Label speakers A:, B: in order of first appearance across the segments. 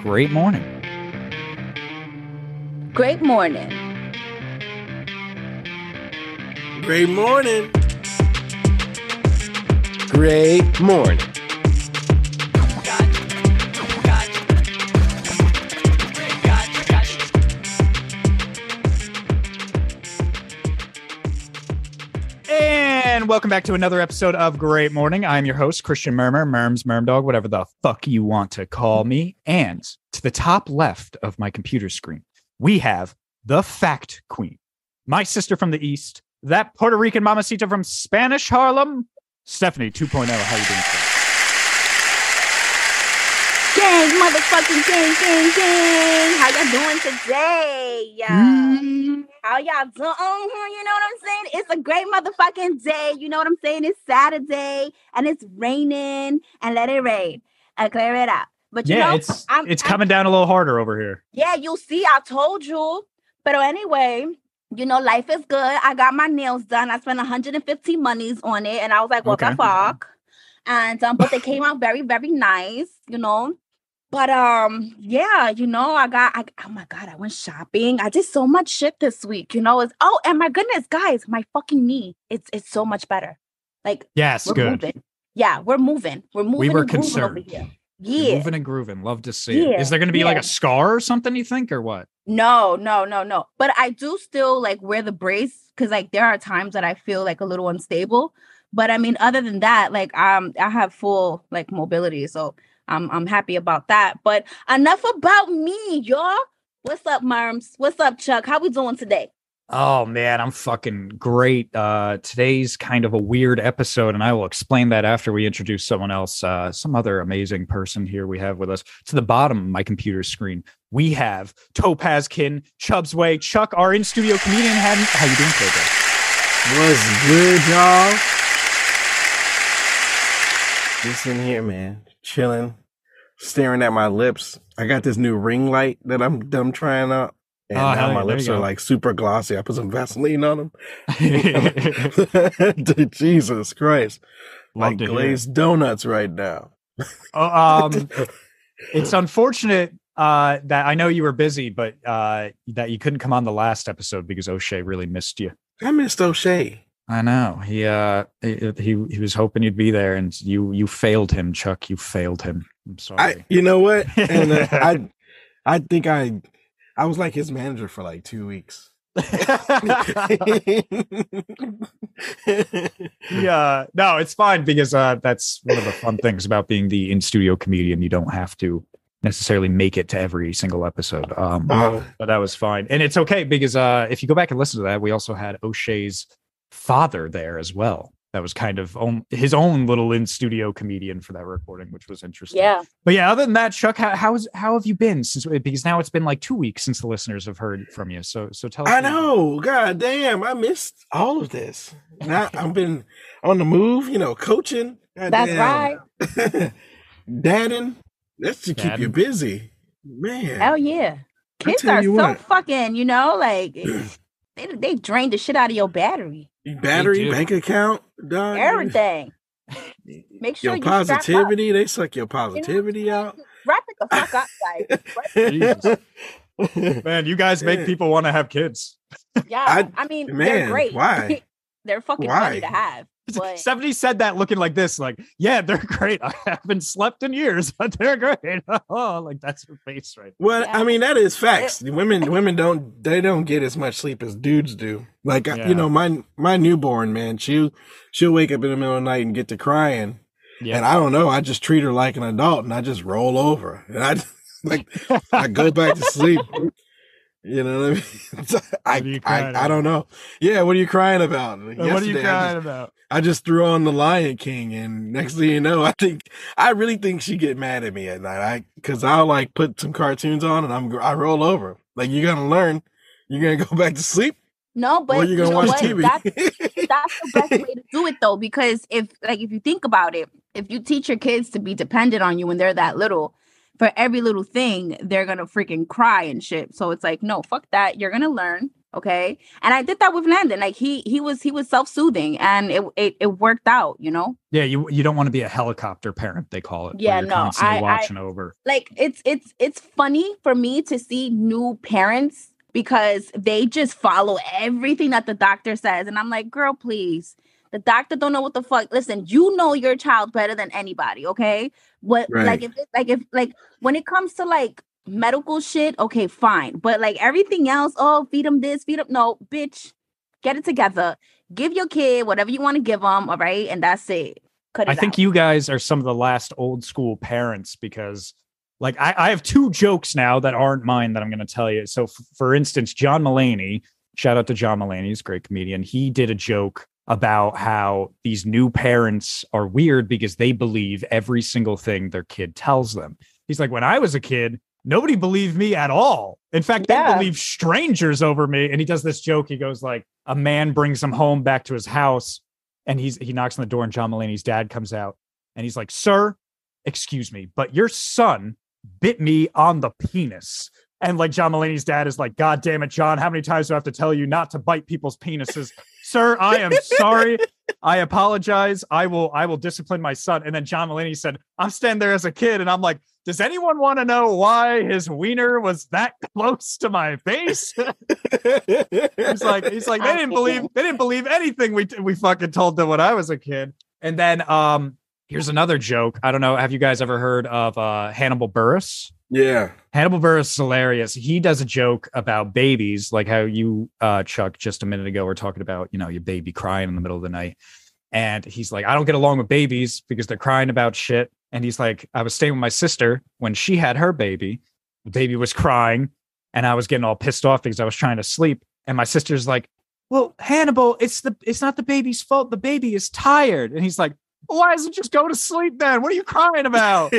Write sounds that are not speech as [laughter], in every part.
A: great morning.
B: Great morning.
C: Great morning.
D: Great morning.
A: And welcome back to another episode of Great Morning. I'm your host, Christian Murmur, Merms, Mermdog, whatever the fuck you want to call me. And to the top left of my computer screen, we have the Fact Queen, my sister from the East, that Puerto Rican mamacita from Spanish Harlem, Stephanie 2.0. How you doing? Steph?
B: Gang, motherfucking gang, gang, gang. How y'all doing today? Y'all?
A: Mm-hmm.
B: How y'all doing? Mhm, You know what I'm saying? It's a great motherfucking day. You know what I'm saying? It's Saturday and it's raining and let it rain and clear it up. But you
A: yeah,
B: know,
A: it's
B: I'm-
A: it's
B: I'm-
A: coming down a little harder over here.
B: Yeah, you see, I told you. But anyway, you know, life is good. I got my nails done. I spent 150 monies on it. And I was like, what
A: Okay.
B: the fuck? And um, but they came out very, very nice, you know. But um, yeah, you know, I got I oh my god, I went shopping. I did so much shit this week, you know. It's oh and my goodness, guys, my fucking knee. It's it's so much better. Like
A: Yes,
B: we're
A: good.
B: moving. Yeah, we're moving. We're moving.
A: were
B: and grooving over
A: concerned.
B: here.
A: You're
B: Yeah.
A: Moving and grooving. Love to see it.
B: Yeah,
A: Is there going to be like
B: yeah.
A: a scar or something, you think, or what?
B: No, no, no, no. But I do still like wear the brace because like there are times that I feel like a little unstable. But I mean, other than that, like um, I have full like mobility, so I'm I'm happy about that. But enough about me, y'all. What's up, Marms? What's up, Chuck? How we doing today?
A: Oh man, I'm fucking great. Uh, today's kind of a weird episode, and I will explain that after we introduce someone else, uh, some other amazing person here we have with us. To the bottom of my computer screen, we have Topazkin, Chubbsway, Chuck, our in studio comedian. Had- How you doing today?
D: What's good, y'all?
C: Just in here, man, chilling, staring at my lips. I got this new ring light that I'm dumb trying out, and
A: Oh, hell
C: now
A: yeah,
C: my
A: there
C: lips
A: you
C: are
A: go.
C: like super glossy. I put some Vaseline on them. [laughs]
A: bro? [laughs]
C: Jesus Christ,
A: Love
C: like
A: to hear it.
C: glazed donuts right now.
A: Oh, um, it's unfortunate uh, that I know you were busy, but uh, that you couldn't come on the last episode because O'Shea really missed you.
C: [laughs] I missed O'Shea.
A: I know. He uh he he he was hoping you'd be there and you you failed him, Chuck. You failed him. I'm
C: I,
A: sorry.
C: you
A: [laughs]
C: know what? And uh, I, I think I, I was like his manager for like two weeks.
A: [laughs] yeah. No, it's fine because uh that's one of the fun things about being the in studio comedian. You don't have to necessarily make it to every single episode. Um
C: [laughs] Uh,
A: but that was fine. And it's okay because uh if you go back and listen to that, we also had O'Shea's father there as well. That was kind of own, his own little in studio comedian for that recording, which was interesting. But yeah, other than that, Chuck, how how's, how have you been since? Because now it's been like two weeks since the listeners have heard from you. So so tell. us
C: I
A: a little
C: know. God damn, I missed all of this. Now I've been on the move, you know, coaching. God
B: That's
C: damn.
B: right.
C: [laughs] Dadding. That's to keep you
A: Dadding.
C: busy. Man.
B: Hell yeah. Kids
C: tell
B: are so
C: you what.
B: fucking, you know, like
C: [clears throat]
B: they they drain the shit out of your battery.
C: Battery,
A: do.
C: bank account, dog. [laughs]
B: Everything. Make sure
C: Your
B: you strap up.
C: positivity, they suck your
B: You know what I'm
C: positivity
B: saying?
C: out.
B: Wrap it the fuck up,
C: [laughs]
B: guys.
A: Jesus. bit.
C: I
A: man, you guys make
C: Yeah.
A: people want to have kids. [laughs]
B: Yeah, I,
C: I-
B: mean, they're
C: man,
B: great.
C: why?
B: [laughs] they're fucking funny to
C: Why?
B: have. But
A: Stephanie said that looking like this, like, yeah, they're [laughs] great. I haven't slept in years, [laughs] but they're great. oh, like that's her face right.
C: Well,
B: Yeah.
C: I mean that is facts. women women don't they don't get as much sleep as dudes do. Like I-
A: Yeah.
C: you know my my newborn man, she she'll wake up in the middle of the night and get to crying, and
A: Yeah,
C: I don't know. I just treat her like an adult, and I just roll over, [laughs] and I like I go back to sleep. You know what I mean? [laughs] So,
A: What are you
C: I,
A: crying
C: I I don't know. Yeah, what are you crying about?
A: Uh, what are you
C: Yesterday, I
A: crying
C: just,
A: about?
C: I just threw on the Lion King, and next thing you know, [laughs] I think I really think she get mad at me at night. I because I'll like put some cartoons on, and I'm I roll over. Like you're gonna learn, you're gonna [laughs] go back to sleep,
B: no, but
C: or you're
B: you
C: gonna
B: know
C: watch
B: what? That's,
C: [laughs] TV.
B: that's the best way to do it though, because if like if you think about it, if you teach your kids to be dependent on you when they're that little, for every little thing, they're gonna freaking cry and shit. So it's like, no, fuck that. You're gonna learn. Okay. And I did that with Landon. Like he he was he was self-soothing and it it, it worked out, you know?
A: Yeah, you you don't want to be a helicopter parent, they call it. where
B: Yeah,
A: you're
B: no,
A: constantly
B: I- I-
A: watching over.
B: like it's it's it's funny for me to see new parents because they just follow everything that the doctor says and i'm like girl please the doctor don't know what the fuck listen you know your child better than anybody okay what
C: Right.
B: like if it- like if like when it comes to like medical shit okay fine but like everything else oh feed them this feed them no bitch get it together give your kid whatever you want to give them all right and that's it Cut it
A: I think you guys are some of the last old school parents because like I, I have two jokes now that aren't mine that I'm gonna tell you. So f- for instance, John Mullaney, shout out to John Mullaney, he's a great comedian. He did a joke about how these new parents are weird because they believe every single thing their kid tells them. He's like, when I was a kid, nobody believed me at all. In fact, they
B: Yeah.
A: believed strangers over me. And he does this joke. He goes like, a man brings him home back to his house, and he's he knocks on the door, and John Mulaney's dad comes out, and he's like, "Sir, excuse me, but your son bit me on the penis." And like John Mulaney's dad is like, "God damn it, John! How many times do I have to tell you not to bite people's penises, sir? I am sorry." I apologize. I will I will discipline my son. And then John Mulaney said, I'm standing there as a kid, and I'm like, does anyone want to know why his wiener was that close to my face?
C: [laughs]
A: he's like, he's like, they didn't believe they didn't believe anything we we fucking told them when I was a kid. And then um here's another joke. I don't know. Have you guys ever heard of uh Hannibal Burris?
C: yeah.
B: [laughs]
A: Hannibal Burris is hilarious. He does a joke about babies, like how you, uh, Chuck, just a minute ago were talking about, you know, your baby crying in the middle of the night. And he's like, I don't get along with babies because they're crying about shit. And he's like, I was staying with my sister when she had her baby. The baby was crying and I was getting all pissed off because I was trying to sleep. And my sister's like, Well, Hannibal, it's the it's not the baby's fault. The baby is tired. And he's like, Why doesn't it just go to sleep then? What are you crying about?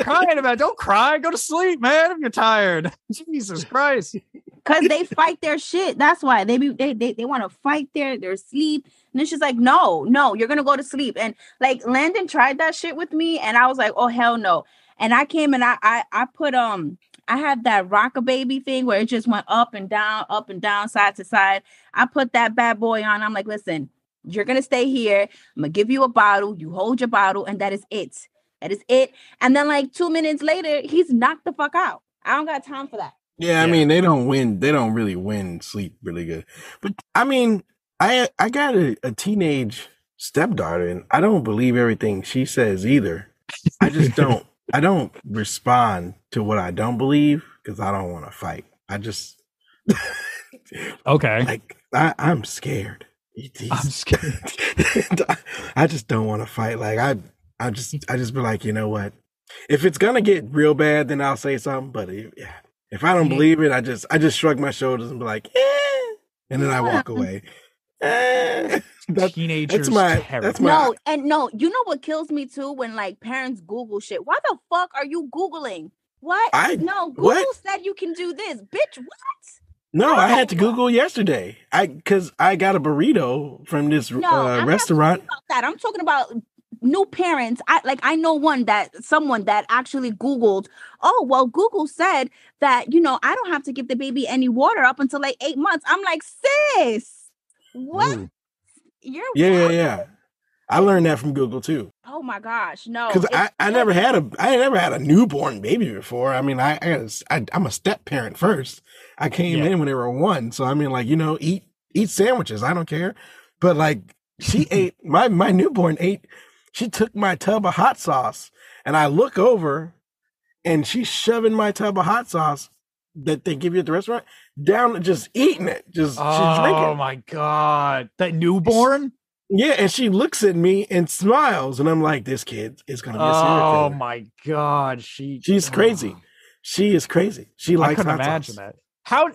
A: crying about. Don't cry. Go to sleep, man. If you're tired, [laughs] Jesus Christ.
B: Cause they fight their shit. That's why they be they they, they want to fight their their sleep. And it's just like, no, no, you're gonna go to sleep. And like Landon tried that shit with me, and I was like, oh hell no. And I came and I I I put um I had that rocker baby thing where it just went up and down, up and down, side to side. I put that bad boy on. I'm like, listen, you're gonna stay here. I'm gonna give you a bottle. You hold your bottle, and that is it. That is it. And then like two minutes later, he's knocked the fuck out. I don't got time for that.
C: Yeah, I
A: Yeah.
C: mean they don't win. They don't really win sleep really good. But I mean, I I got a, a teenage stepdaughter, and I don't believe everything she says either. I just don't. I don't respond to what I don't believe because I don't want to fight. I just
A: [laughs]
C: [laughs]
A: Okay.
C: like I, I'm scared. It-
A: I'm
C: it's-
A: scared.
C: [laughs] I just don't want to fight. Like I, I just, I just be like, you know what? If it's gonna get real bad, then I'll say something. But if, yeah, if I don't believe it, I just, I just shrug my shoulders and be like, eh, and then I walk away. [laughs] Eh. That's-
A: Teenagers.
C: that's my-
A: terrible.
C: that's my-
B: No, and no, you know what kills me too when like parents Google shit. Why the fuck are you Googling? What?
C: I-
B: no, Google
C: what?
B: said you can do this, bitch. What?
C: no, I had to
B: No.
C: Google yesterday. I because I got a burrito from this
B: No, I'm
C: uh,
B: not
C: restaurant.
B: About that, I'm talking about new parents. I like I know one that someone that actually Googled. Oh well, Google said that you know I don't have to give the baby any water up until like eight months. I'm like, sis, what?
A: Ooh.
B: You're
C: Mm. Yeah, yeah,
B: wild.
C: yeah. I learned that from Google too.
B: Oh my gosh, no.
C: because
B: it's
C: I, I never had a I never had a newborn baby before. I mean, I, I, got a s- I am a step parent first. I came
A: Yeah.
C: in when they were one, so I mean, like you know, eat eat sandwiches. I don't care, but like
B: [laughs]
C: she ate my my newborn ate. She took my tub of hot sauce, and I look over, and she's shoving my tub of hot sauce that they give you at the restaurant down, just eating it, just she's
A: Oh
C: drinking.
A: my God. That newborn?
C: Yeah, and she looks at me and smiles, and I'm like, this kid is gonna be a serial
A: Oh
C: killer.
A: my God. She
C: She's
A: oh.
C: crazy. She is crazy. She
A: I
C: likes
A: couldn't
C: hot sauce.
A: imagine that. How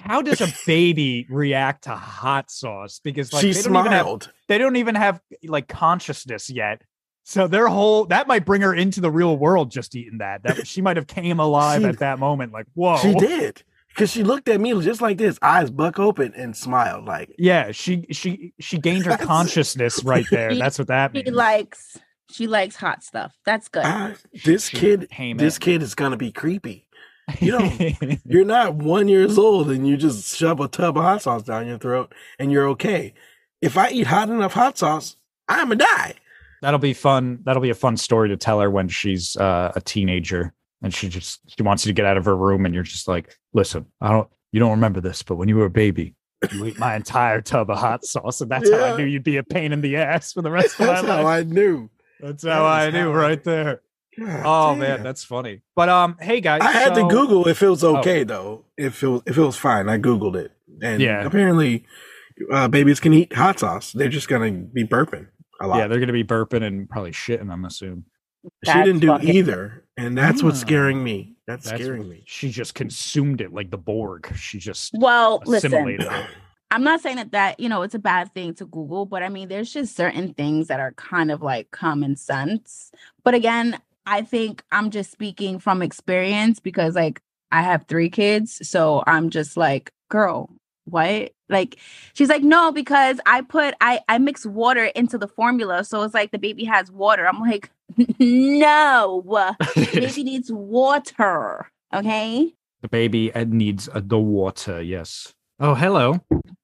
A: how does a baby react to hot sauce? Because like
C: she
A: they don't even have
C: smiled.
A: they don't even have like consciousness yet. So their whole that might bring her into the real world just eating that. That she might have came alive
C: She-
A: at that moment. Like whoa,
C: She did because she looked at me just like this, eyes buck open, and smiled. Like
A: Yeah, she she she gained her
C: That's-
A: consciousness right there.
C: [laughs]
B: She-
A: That's what that
B: she
A: means.
B: likes she likes hot stuff. That's good.
C: "Ah, this
A: She
C: kid,
A: came
C: this
A: in.
C: kid is gonna be creepy. You don't-
A: [laughs]
C: You're not one years old and you just shove a tub of hot sauce down your throat and you're okay. If I eat hot enough hot sauce, I'm gonna die.
A: That'll be fun. That'll be a fun story to tell her when she's uh, a teenager and she just she wants you to get out of her room and you're just like, listen, I don't you don't remember this, but when you were a baby, you ate my entire tub of hot sauce, and that's how
C: Yeah.
A: I knew you'd be a pain in the ass for the rest of my
C: [laughs] That's how
A: life.
C: I knew.
A: that's
C: that
A: how I
C: is
A: knew
C: how I-
A: right there.
C: God
A: Oh
C: damn.
A: man, that's funny. But um, hey guys,
C: I had
A: so-
C: to Google if it was
A: Oh.
C: okay though. If it was if it was fine, I Googled it, and
A: Yeah.
C: apparently, uh, babies can eat hot sauce. They're just gonna be burping a lot.
A: Yeah, they're gonna be burping and probably shitting. I'm assuming
C: she
B: That's
C: didn't do
B: fucking-
C: either, and that's
A: Ah.
C: what's scaring me. That's,
A: That's-
C: scaring me.
A: she just consumed it like the Borg. She just
B: Well, listen,
A: assimilated it.
B: I'm not saying that that you know it's a bad thing to Google, but I mean there's just certain things that are kind of like common sense. But again, I think I'm just speaking from experience because like I have three kids, so I'm just like, girl, what? Like she's like, no, because I put I I mix water into the formula, so it's like the baby has water. I'm like, [laughs] no,
A: [laughs]
B: baby needs water. Okay.
A: The baby uh, needs uh, the water. Yes. Oh, hello.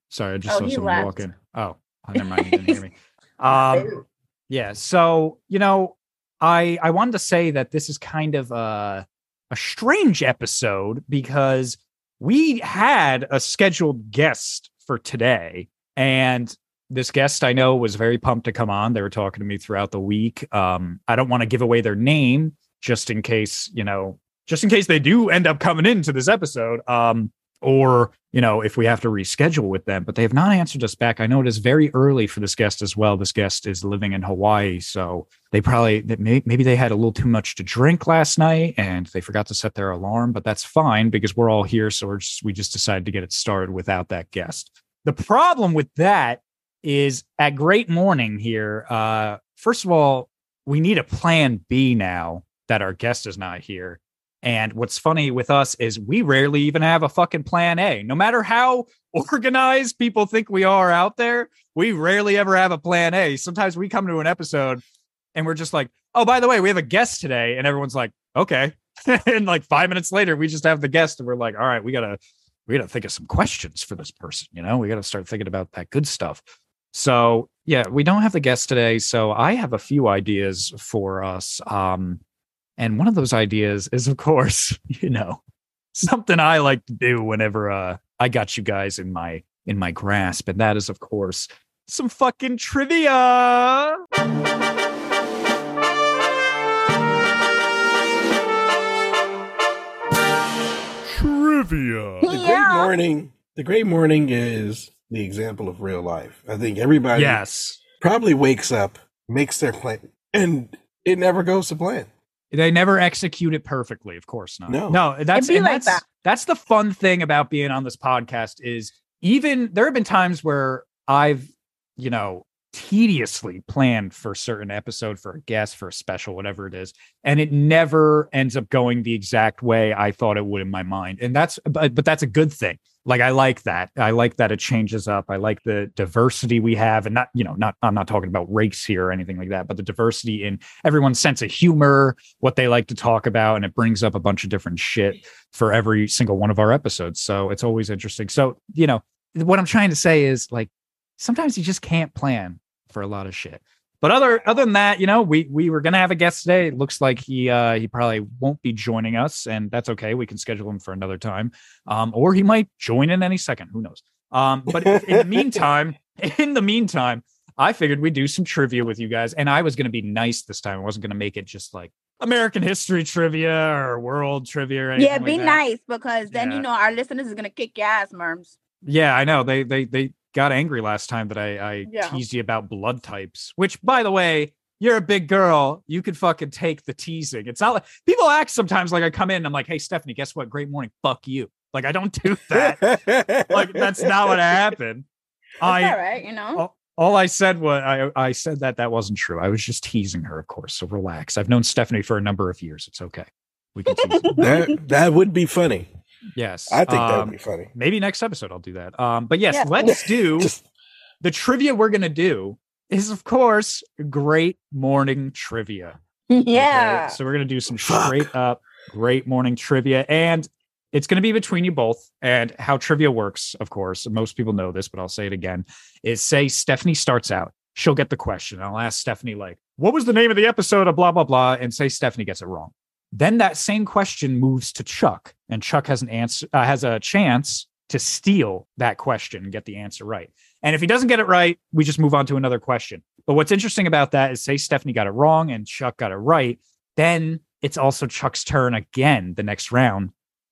A: Sorry, I just
B: Oh,
A: saw
B: he
A: someone
B: left.
A: walk in.
B: [laughs]
A: Oh, oh, never mind. You didn't hear me. Um, yeah. So you know, I I wanted to say that this is kind of a a strange episode because we had a scheduled guest for today, and this guest I know was very pumped to come on. They were talking to me throughout the week. Um, I don't want to give away their name just in case you know, just in case they do end up coming into this episode. Um, or you know if we have to reschedule with them but they have not answered us back i know it is very early for this guest as well this guest is living in hawaii so they probably that may, maybe they had a little too much to drink last night and they forgot to set their alarm but that's fine because we're all here so we're just, we just decided to get it started without that guest the problem with that is at great morning here uh first of all we need a plan b now that our guest is not here and what's funny with us is we rarely even have a fucking plan A. No matter how [laughs] organized people think we are out there, we rarely ever have a plan A. Sometimes we come to an episode and we're just like, oh, by the way, we have a guest today. And everyone's like, okay. [laughs] and like five minutes later, we just have the guest and we're like, all right, we got to, we got to think of some questions for this person. You know, we got to start thinking about that good stuff. So yeah, we don't have the guest today. So I have a few ideas for us. Um, and one of those ideas is, of course, [laughs] you know, something I like to do whenever uh, I got you guys in my in my grasp, and that is, of course, some fucking trivia.
E: Trivia.
C: The great morning. The great morning is the example of real life. I think everybody
A: Yes,
C: probably wakes up, makes their plan, and it never goes to plan.
A: they never execute it perfectly. Of course not.
C: No.
A: no, that's
B: be
A: and
B: like
A: that's
B: that.
A: that's the fun thing about being on this podcast is even there have been times where I've you know tediously planned for a certain episode for a guest for a special whatever it is and it never ends up going the exact way I thought it would in my mind. And that's but, but that's a good thing. Like I like that. I like that it changes up. I like the diversity we have and not, you know, not I'm not talking about race here or anything like that, but the diversity in everyone's sense of humor, what they like to talk about and it brings up a bunch of different shit for every single one of our episodes. So it's always interesting. So, you know, what I'm trying to say is like sometimes you just can't plan for a lot of shit. But other other than that, you know, we we were gonna have a guest today. It looks like he uh he probably won't be joining us, and that's okay. We can schedule him for another time. Um, or he might join in any second. Who knows? Um, but if- in the meantime, [laughs] in the meantime, I figured we'd do some trivia with you guys, and I was gonna be nice this time. I wasn't gonna make it just like American history trivia or world trivia. Or
B: Yeah,
A: anything
B: be
A: like that.
B: nice because then
A: Yeah.
B: you know our listeners is gonna kick your ass, Merms.
A: Yeah, I know. They they they got angry last time that I I
B: Yeah.
A: teased you about blood types, which by the way, you're a big girl. You could fucking take the teasing. It's not like people act sometimes like I come in and I'm like, hey Stephanie, guess what? Great morning. Fuck you. Like I don't do
B: [laughs]
A: that. like that's not what happened. I Oh,
B: It's all right, you [laughs] know.
A: all I said was I, I said that that wasn't true. I was just teasing her, of course. So relax. I've known Stephanie for a number of years. It's okay. We can tease. her.
C: [laughs] [laughs] That that would be funny.
A: yes.
C: I think that
A: Um,
C: would be funny.
A: maybe next episode I'll do that. Um, but yes,
B: Yeah.
C: [laughs]
A: let's do
C: Just
A: the trivia we're gonna do is of course great morning trivia. okay?
B: yeah.
A: So we're gonna do some
C: Fuck.
A: straight up Great morning trivia. And it's going to be between you both. And how trivia works, of course, and most people know this, but I'll say it again is say Stephanie starts out. She'll get the question. I'll ask Stephanie, like, what was the name of the episode of blah, blah, blah? And say Stephanie gets it wrong. Then that same question moves to Chuck, and Chuck has an answer, uh, has a chance to steal that question and get the answer right. And if he doesn't get it right, we just move on to another question. But what's interesting about that is, say Stephanie got it wrong and Chuck got it right, then it's also Chuck's turn again the next round.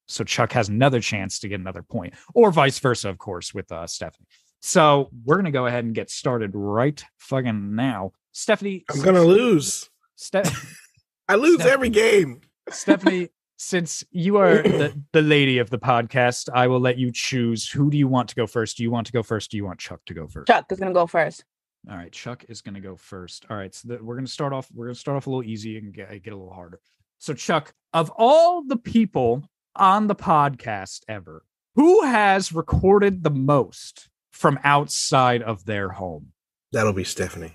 A: So Chuck has another chance to get another point, or vice versa, of course, with uh, Stephanie. So we're gonna go ahead and get started right fucking now. Stephanie,
C: I'm gonna lose.
A: Ste-
C: I lose
A: Steph-
C: every game. [laughs]
A: Stephanie, since you are the, the lady of the podcast, I will let you choose who do you want to go first? Do you want to go first? Do you want Chuck to go first?
B: Chuck is gonna go first.
A: All right, Chuck is going to go first. All right, so the, we're going to start off. We're going to start off a little easy and get, get a little harder. So, Chuck, of all the people on the podcast ever, who has recorded the most from outside of their home?
C: That'll be Stephanie.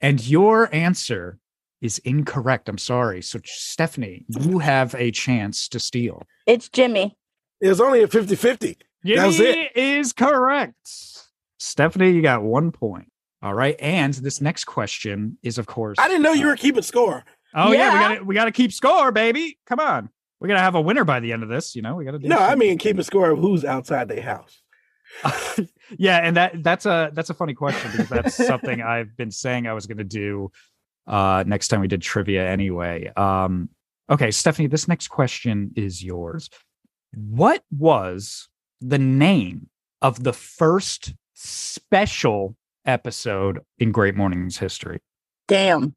A: And your answer is incorrect. I'm sorry. So, Stephanie, you have a chance to steal.
B: It's Jimmy.
C: It was only a 50 50. That was
A: Jimmy is correct. Stephanie, you got one point. All right, and this next question is, of course,
C: I didn't know you were keeping score.
A: Oh yeah, we
B: Yeah.
A: got to we got to keep score, baby. Come on, we're gonna have a winner by the end of this. You know, we got to do.
C: No, I
A: something.
C: mean keeping score of who's outside their house.
A: yeah, and that that's a that's a funny question because
C: [laughs]
A: that's something I've been saying I was gonna do uh next time we did trivia anyway. Um okay, Stephanie, this next question is yours. What was the name of the first special episode in Great Morning's history?
B: Damn.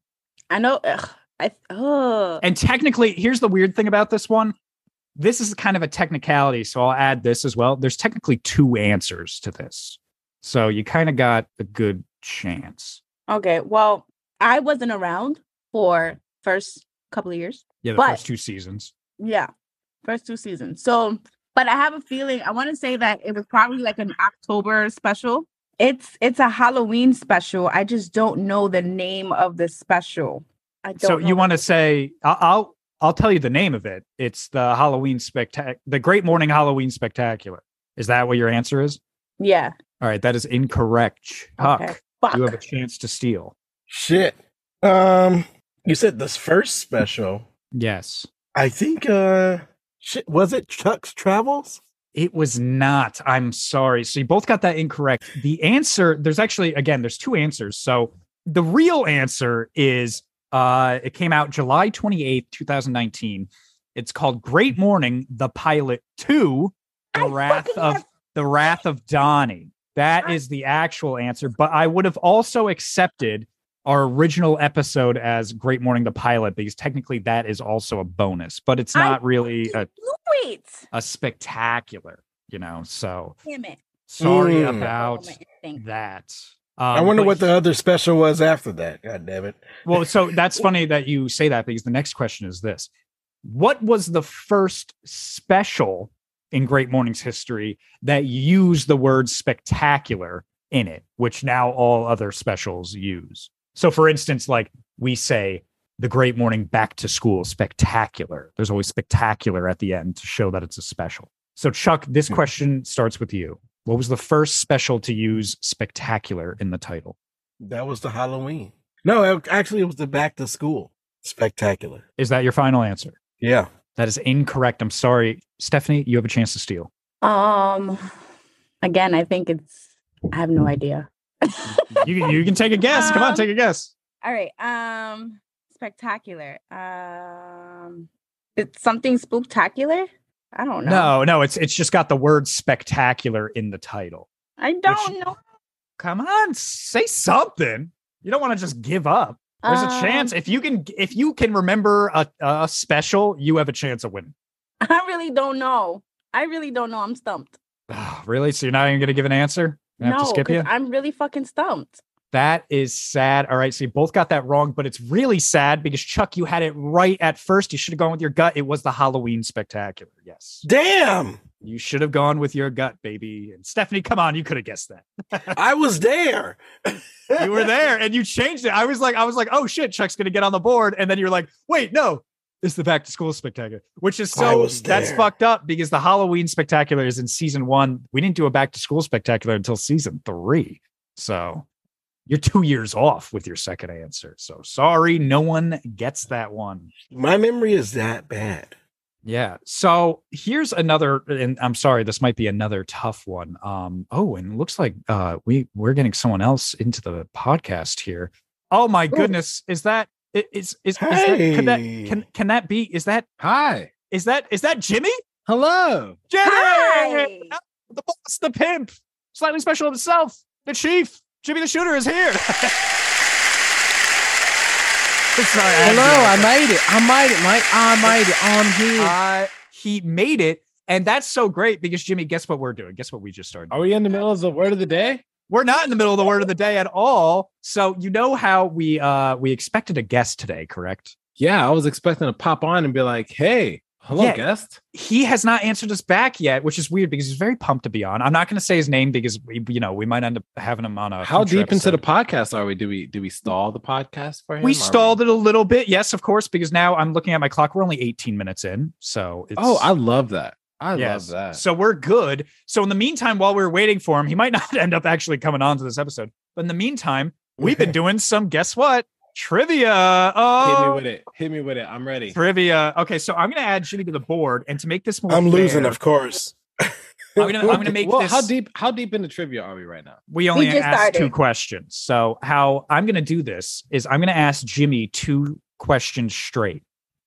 B: I know. Ugh, I oh.
A: And technically, here's the weird thing about this one. This is kind of a technicality, so I'll add this as well. There's technically two answers to this. So you kind of got a good chance.
B: Okay. Well, I wasn't around for first couple of years.
A: Yeah, the
B: But-
A: first two seasons.
B: Yeah. First two seasons. So, but I have a feeling I want to say that it was probably like an October special. It's it's a Halloween special. I just don't know the name of the special. I don't
A: So
B: know
A: you
B: the-
A: want to say I'll, I'll I'll tell you the name of it. It's the Halloween spectac the Great Morning Halloween Spectacular. Is that what your answer is?
B: Yeah.
A: All right, that is incorrect. Chuck,
B: Okay. Fuck.
A: you have a chance to steal.
C: Shit. Um, you said this first special.
A: Yes.
C: I think. Uh, shit. Was it Chuck's Travels?
A: It was not. I'm sorry. So you both got that incorrect. The answer, there's actually again, there's two answers. So the real answer is uh it came out July 28th, 2019. It's called Great Morning, the Pilot 2, The
B: I
A: Wrath
B: fucking
A: of
B: have-
A: The Wrath of Donnie. That
B: I-
A: is the actual answer, but I would have also accepted our original episode as Great Morning the Pilot because technically that is also a bonus, but it's
B: I
A: not really a
B: knew it.
A: a spectacular, you know. So
B: Damn it.
A: sorry
C: Mm.
A: about
B: Oh, my instinct.
A: that.
C: I
A: Um,
C: wonder
A: but-
C: what the other special was after that. God damn it.
A: well, so that's funny that you say that because the next question is this: What was the first special in Great Morning's history that used the word "spectacular" in it, which now all other specials use? So, for instance, like we say. The Great Morning Back to School Spectacular. There's always spectacular at the end to show that it's a special. So, Chuck, this
C: Hmm.
A: question starts with you. What was the first special to use spectacular in the title?
C: That was the Halloween. No, it, actually, it was the Back to School Spectacular.
A: Is that your final answer?
C: Yeah.
A: That is incorrect. I'm sorry. Stephanie, you have a chance to steal.
B: Um again, I think it's I have no [laughs] idea.
A: You, you can take a guess. Come on,
B: Um,
A: take a guess.
B: All right. Um, spectacular. Um, it's something spooktacular. I don't know.
A: No, no, it's it's just got the word spectacular in the title.
B: I don't know.
A: Come on, say something. You don't want to just give up. There's a chance
B: Um,
A: if you can if you can remember a, a special, you have a chance of winning.
B: [laughs] I really don't know. I really don't know. I'm stumped.
A: Oh, really? So you're not even going to give an answer? Gonna have
B: no,
A: to skip
B: 'cause
A: you?
B: I'm really fucking stumped.
A: That is sad. All right. So you both got that wrong, but it's really sad because Chuck, you had it right at first. You should have gone with your gut. It was the Halloween spectacular. Yes.
C: Damn.
A: You should have gone with your gut, baby. And Stephanie, come on, you could have guessed that.
C: I was there.
A: You were there and you changed it. I was like, I was like, oh shit, Chuck's gonna get on the board. And then you're like, wait, no, is the back to school spectacular, which is
C: I
A: so
C: was
A: that's
C: there.
A: fucked up because the Halloween spectacular is in season one. We didn't do a back to school spectacular until season three. So you're two years off with your second answer. So sorry, no one gets that one.
C: My memory is that bad.
A: Yeah. So here's another, and I'm sorry, this might be another tough one. Um, oh, and it looks like uh we we're getting someone else into the podcast here. Oh my goodness, is that i- is is, is that, can that can
C: Hey.
A: can that be is that
D: Hi.
A: is that is that Jimmy?
D: Hello.
A: Jimmy
B: Hi.
A: the boss, the pimp, slightly special himself, the chief, Jimmy the shooter is here. [laughs] Sorry, I had to-
D: Hello. I made it. I made it, Mike.
A: ah,
D: I made it. I'm here.
A: uh, he made it. And that's so great because Jimmy, guess what we're doing? Guess what we just started?
D: Are we in the middle of the word of the day?
A: We're not in the middle of the word of the day at all. So you know how we uh we expected a guest today, correct?
D: Yeah, I was expecting to pop on and be like, "Hey, hello,
A: Yeah.
D: guest."
A: He has not answered us back yet, which is weird because he's very pumped to be on. I'm not going to say his name because we, you know, we might end up having him on a
D: How
A: uh, future
D: deep into the
A: episode.
D: podcast are we? Do we do we stall the podcast for him? Are
A: we stalled it a little bit, yes, of course, because now I'm looking at my clock. We're only 18 minutes in, so it's,
D: Oh, I love that. I
A: Yes.
D: love that.
A: So we're good. So in the meantime, while we are waiting for him, he might [laughs] not end up actually coming on to this episode. But in the meantime, we've
D: [laughs]
A: been doing some guess what trivia.
D: Hit me
A: Oh,
D: with it. Hit me with it. I'm ready.
A: trivia. Okay, so I'm gonna add Jimmy to the board, and to make this more,
C: I'm losing,
A: fair,
C: of course.
A: [laughs] I'm gonna, I'm gonna make
D: well,
A: this.
D: how deep? How deep into trivia are we right now?
A: we only
B: just
A: asked two
B: started.
A: questions. So how I'm gonna do this is I'm gonna ask Jimmy two questions straight.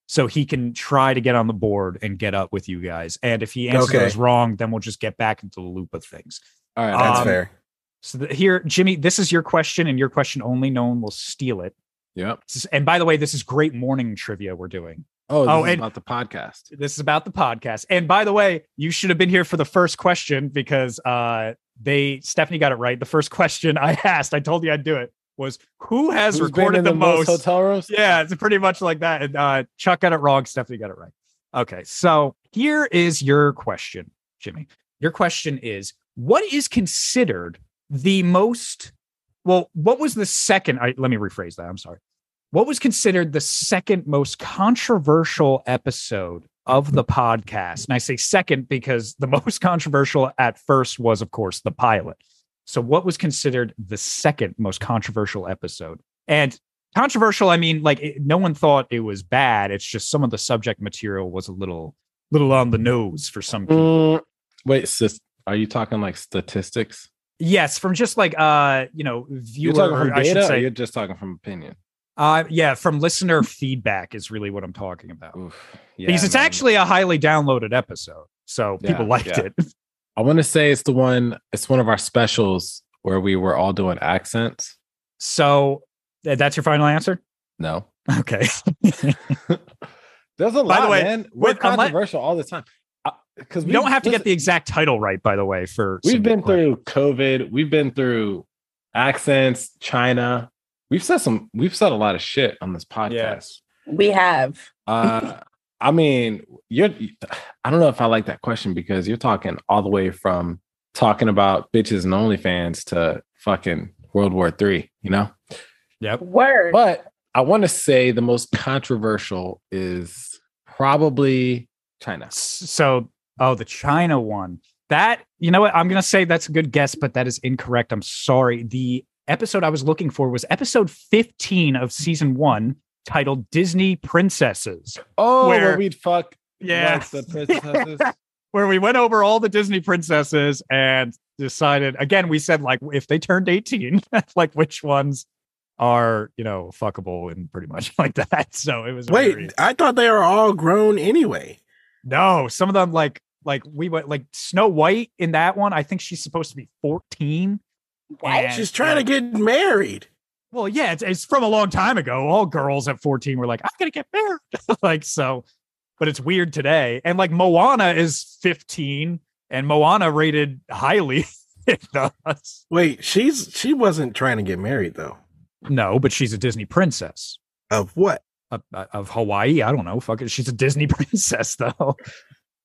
A: So he can try to get on the board and get up with you guys. And if he answers
C: Okay.
A: those wrong, then we'll just get back into the loop of things.
D: All right.
C: That's
A: Um,
C: fair.
A: So the, here, Jimmy, this is your question and your question only. No one will steal it.
D: Yep.
A: This is- and by the way, this is great morning trivia we're doing.
D: Oh, this
A: Oh,
D: is
A: and-
D: about the podcast.
A: This is about the podcast. And by the way, you should have been here for the first question because uh, they Stephanie got it right. The first question I [laughs] asked, I told you I'd do it, was who has
D: Who's been
A: recorded
D: in
A: the, most?
D: hotel roast?
A: Yeah, it's pretty much like that. And uh, Chuck got it wrong. Stephanie got it right. Okay, so here is your question, Jimmy. Your question is: What is considered the most? Well, what was the second? I, let me rephrase that. I'm sorry. What was considered the second most controversial episode of the podcast? And I say second because the [laughs] most controversial at first was, of course, the pilot. So, what was considered the second most controversial episode? And controversial i mean like it, no one thought it was bad it's just some of the subject material was a little little on the nose for some people
D: Mm, wait, sis, are you talking like statistics?
A: yes from just like uh you know
D: You're
A: viewer
D: talking from
A: i should
D: data, or
A: say
D: you're just talking from opinion.
A: uh yeah from listener feedback is really what i'm talking about
D: Oof. Yeah,
A: because it's
D: man.
A: actually a highly downloaded episode so people
D: Yeah,
A: liked
D: yeah.
A: it [laughs]
D: I want to say it's the one. It's one of our specials where we were all doing accents.
A: so th- that's your final answer [laughs]
D: No.
A: okay
D: [laughs] There's
A: By the
D: a lot,
A: way,
D: man. We're
A: with- unless-
D: controversial all the time. Uh, Because
A: you don't have to get the exact title right by the way for
D: We've
A: single
D: been
A: question.
D: through COVID. We've been through accents, China. We've said some. We've said a lot of shit on this podcast.
A: Yes.
B: We have.
D: Uh, I mean, you're. I don't know if I like that question because you're talking all the way from talking about bitches and OnlyFans to fucking World War Three. You know.
A: yep
B: Word.
D: But I want to say the most controversial is probably China.
A: S- So, oh, the China one. That, you know what? I'm going to say that's a good guess, but that is incorrect. I'm sorry. The episode I was looking for was episode 15 of season one titled Disney Princesses.
D: Oh, where,
A: Where-
D: we'd fuck
A: Yeah.
D: like, the
A: [laughs]
D: princesses.
A: Where we went over all the Disney princesses and decided, again, we said, like, if they turned 18, [laughs] like, which ones are, you know, fuckable and pretty much [laughs] like that. So it was. very-
C: Wait, I thought they were all grown anyway.
A: No, some of them like like we went like Snow White in that one. I think she's supposed to be 14. and,
C: She's trying to
A: like-
C: get married.
A: Well, yeah, it's, it's from a long time ago. All girls at 14 were like, I'm gonna get married. [laughs] like so, but it's weird today. And like Moana is 15, and Moana rated highly. [laughs] in us.
C: Wait, she's she wasn't trying to get married though.
A: no, but she's a Disney princess
C: Of what?
A: of, of Hawaii. I don't know. Fuck it. She's a Disney [laughs] princess though.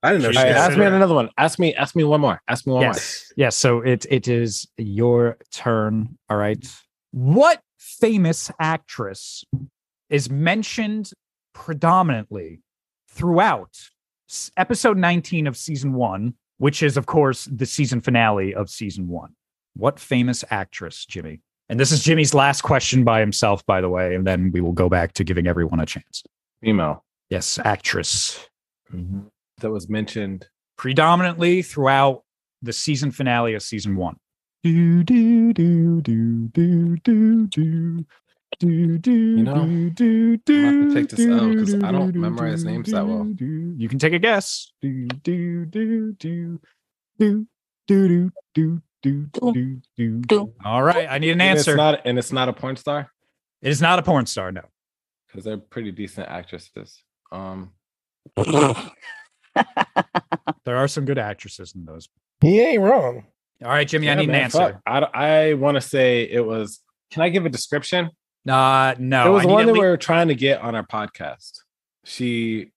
C: I didn't know
A: She's
C: she
D: All right,
A: Yes,
D: ask
C: had
D: me
A: sir.
D: another one. Ask me. Ask me one more. Ask me one
A: Yes. Yes. So it it is your turn. All right. What famous actress is mentioned predominantly throughout s- episode 19 of season one, which is, of course, the season finale of season one. What famous actress, Jimmy? And this is Jimmy's last question by himself, by the way. And then we will go back to giving everyone a chance.
D: female
A: Yes, actress.
D: Mm-hmm. that was mentioned.
A: Predominantly throughout the season finale of season one. Do, do, do, do, do, do, do. Do, do,
D: know,
A: do, do, do,
D: I'm gonna have to take this
A: do,
D: L 'cause I
A: do,
D: don't
A: do,
D: memorize
A: do,
D: names that well.
A: do, do. You can take a guess. Do, do, do, do, do, do, do, do, do, do, do.
B: Do.
A: All right, I need an
D: And
A: answer.
D: It's not, and it's not a porn star
A: It is not a porn star, no.
D: because they're pretty decent actresses. Um,
A: There are some good actresses in those.
C: He ain't wrong.
A: All right, Jimmy, I
D: yeah,
A: need an
D: man,
A: answer.
D: fuck. I, don't- I want to say it was. Can I give a description?
A: Uh, no.
D: there was
A: I need
D: one
A: at
D: that
A: lea-
D: we were trying to get on our podcast. She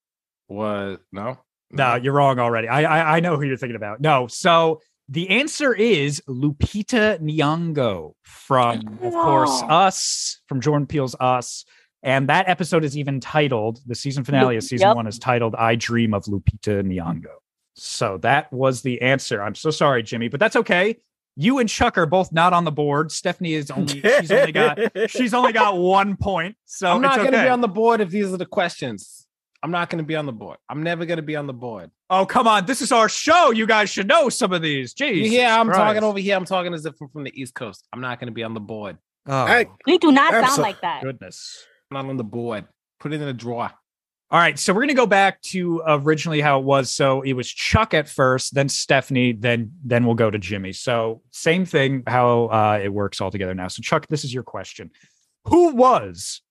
D: was no,
A: No, you're wrong already. I, I I know who you're thinking about. No, so the answer is Lupita Nyong'o from, of course,
B: Oh.
A: Us from Jordan Peele's Us, and that episode is even titled. The season finale of season
B: Yep.
A: one is titled "I Dream of Lupita Nyong'o." So that was the answer. I'm so sorry, Jimmy, but that's okay. You and Chuck are both not on the board. Stephanie is only she's only
D: [laughs]
A: got she's only got one point. So
D: I'm not
A: it's
D: going to
A: okay.
D: be on the board if these are the questions. I'm not going to be on the board. I'm never going to be on the board.
A: Oh come on! This is our show. You guys should know some of these. Jeez.
D: yeah, I'm talking
A: Christ.
D: over here. I'm talking as if I'm from the East Coast. I'm not going to be on the board.
A: Oh
C: I-
B: You do not sound
C: Abso-
B: like that.
A: goodness!
D: I'm not on the board. Put it in a drawer.
A: All right, so we're gonna go back to originally how it was. So it was Chuck at first, then Stephanie, then then we'll go to Jimmy. So same thing, how uh, it works all together now. So Chuck, this is your question: Who was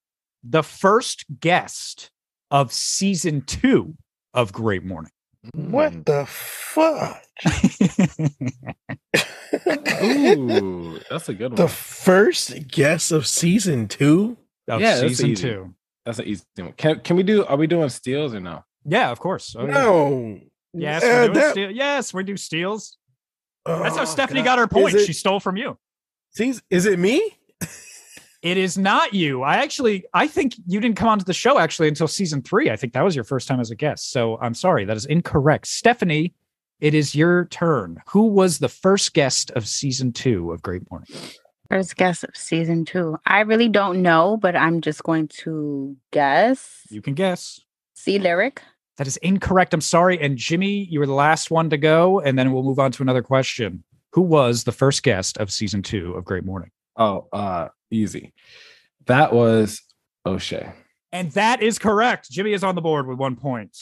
A: the first guest of season two of Great Morning? [laughs]
C: [laughs] What the fuck?
D: Ooh, that's a good
C: The
D: one.
C: first guess of season two?
A: of
D: Yeah, that's
A: season
D: easy.
A: two.
D: That's an easy one. Can can we do? Are we doing steals or no?
A: Yeah, of course. Oh, yeah.
C: No.
A: Yes,
C: Uh,
A: we're doing
C: that-
A: steal- yes, we do steals. That's how
C: Oh,
A: Stephanie
C: God.
A: got her point.
C: Is it,
A: she stole from you.
C: seas- is it me?
A: It is not you. I actually, I think you didn't come onto the show actually until season three. I think that was your first time as a guest. So I'm sorry, that is incorrect. Stephanie, it is your turn. Who was the first guest of season two of Great Morning?
B: First guess of season two. I really don't know, but I'm just going to guess.
A: You can guess. [sighs]
B: See lyric.
A: That is incorrect. I'm sorry. And Jimmy, you were the last one to go, and then we'll move on to another question. Who was the first guest of season two of Great Morning?
D: Oh, uh, easy. That was O'Shea.
A: And that is correct. Jimmy is on the board with one point.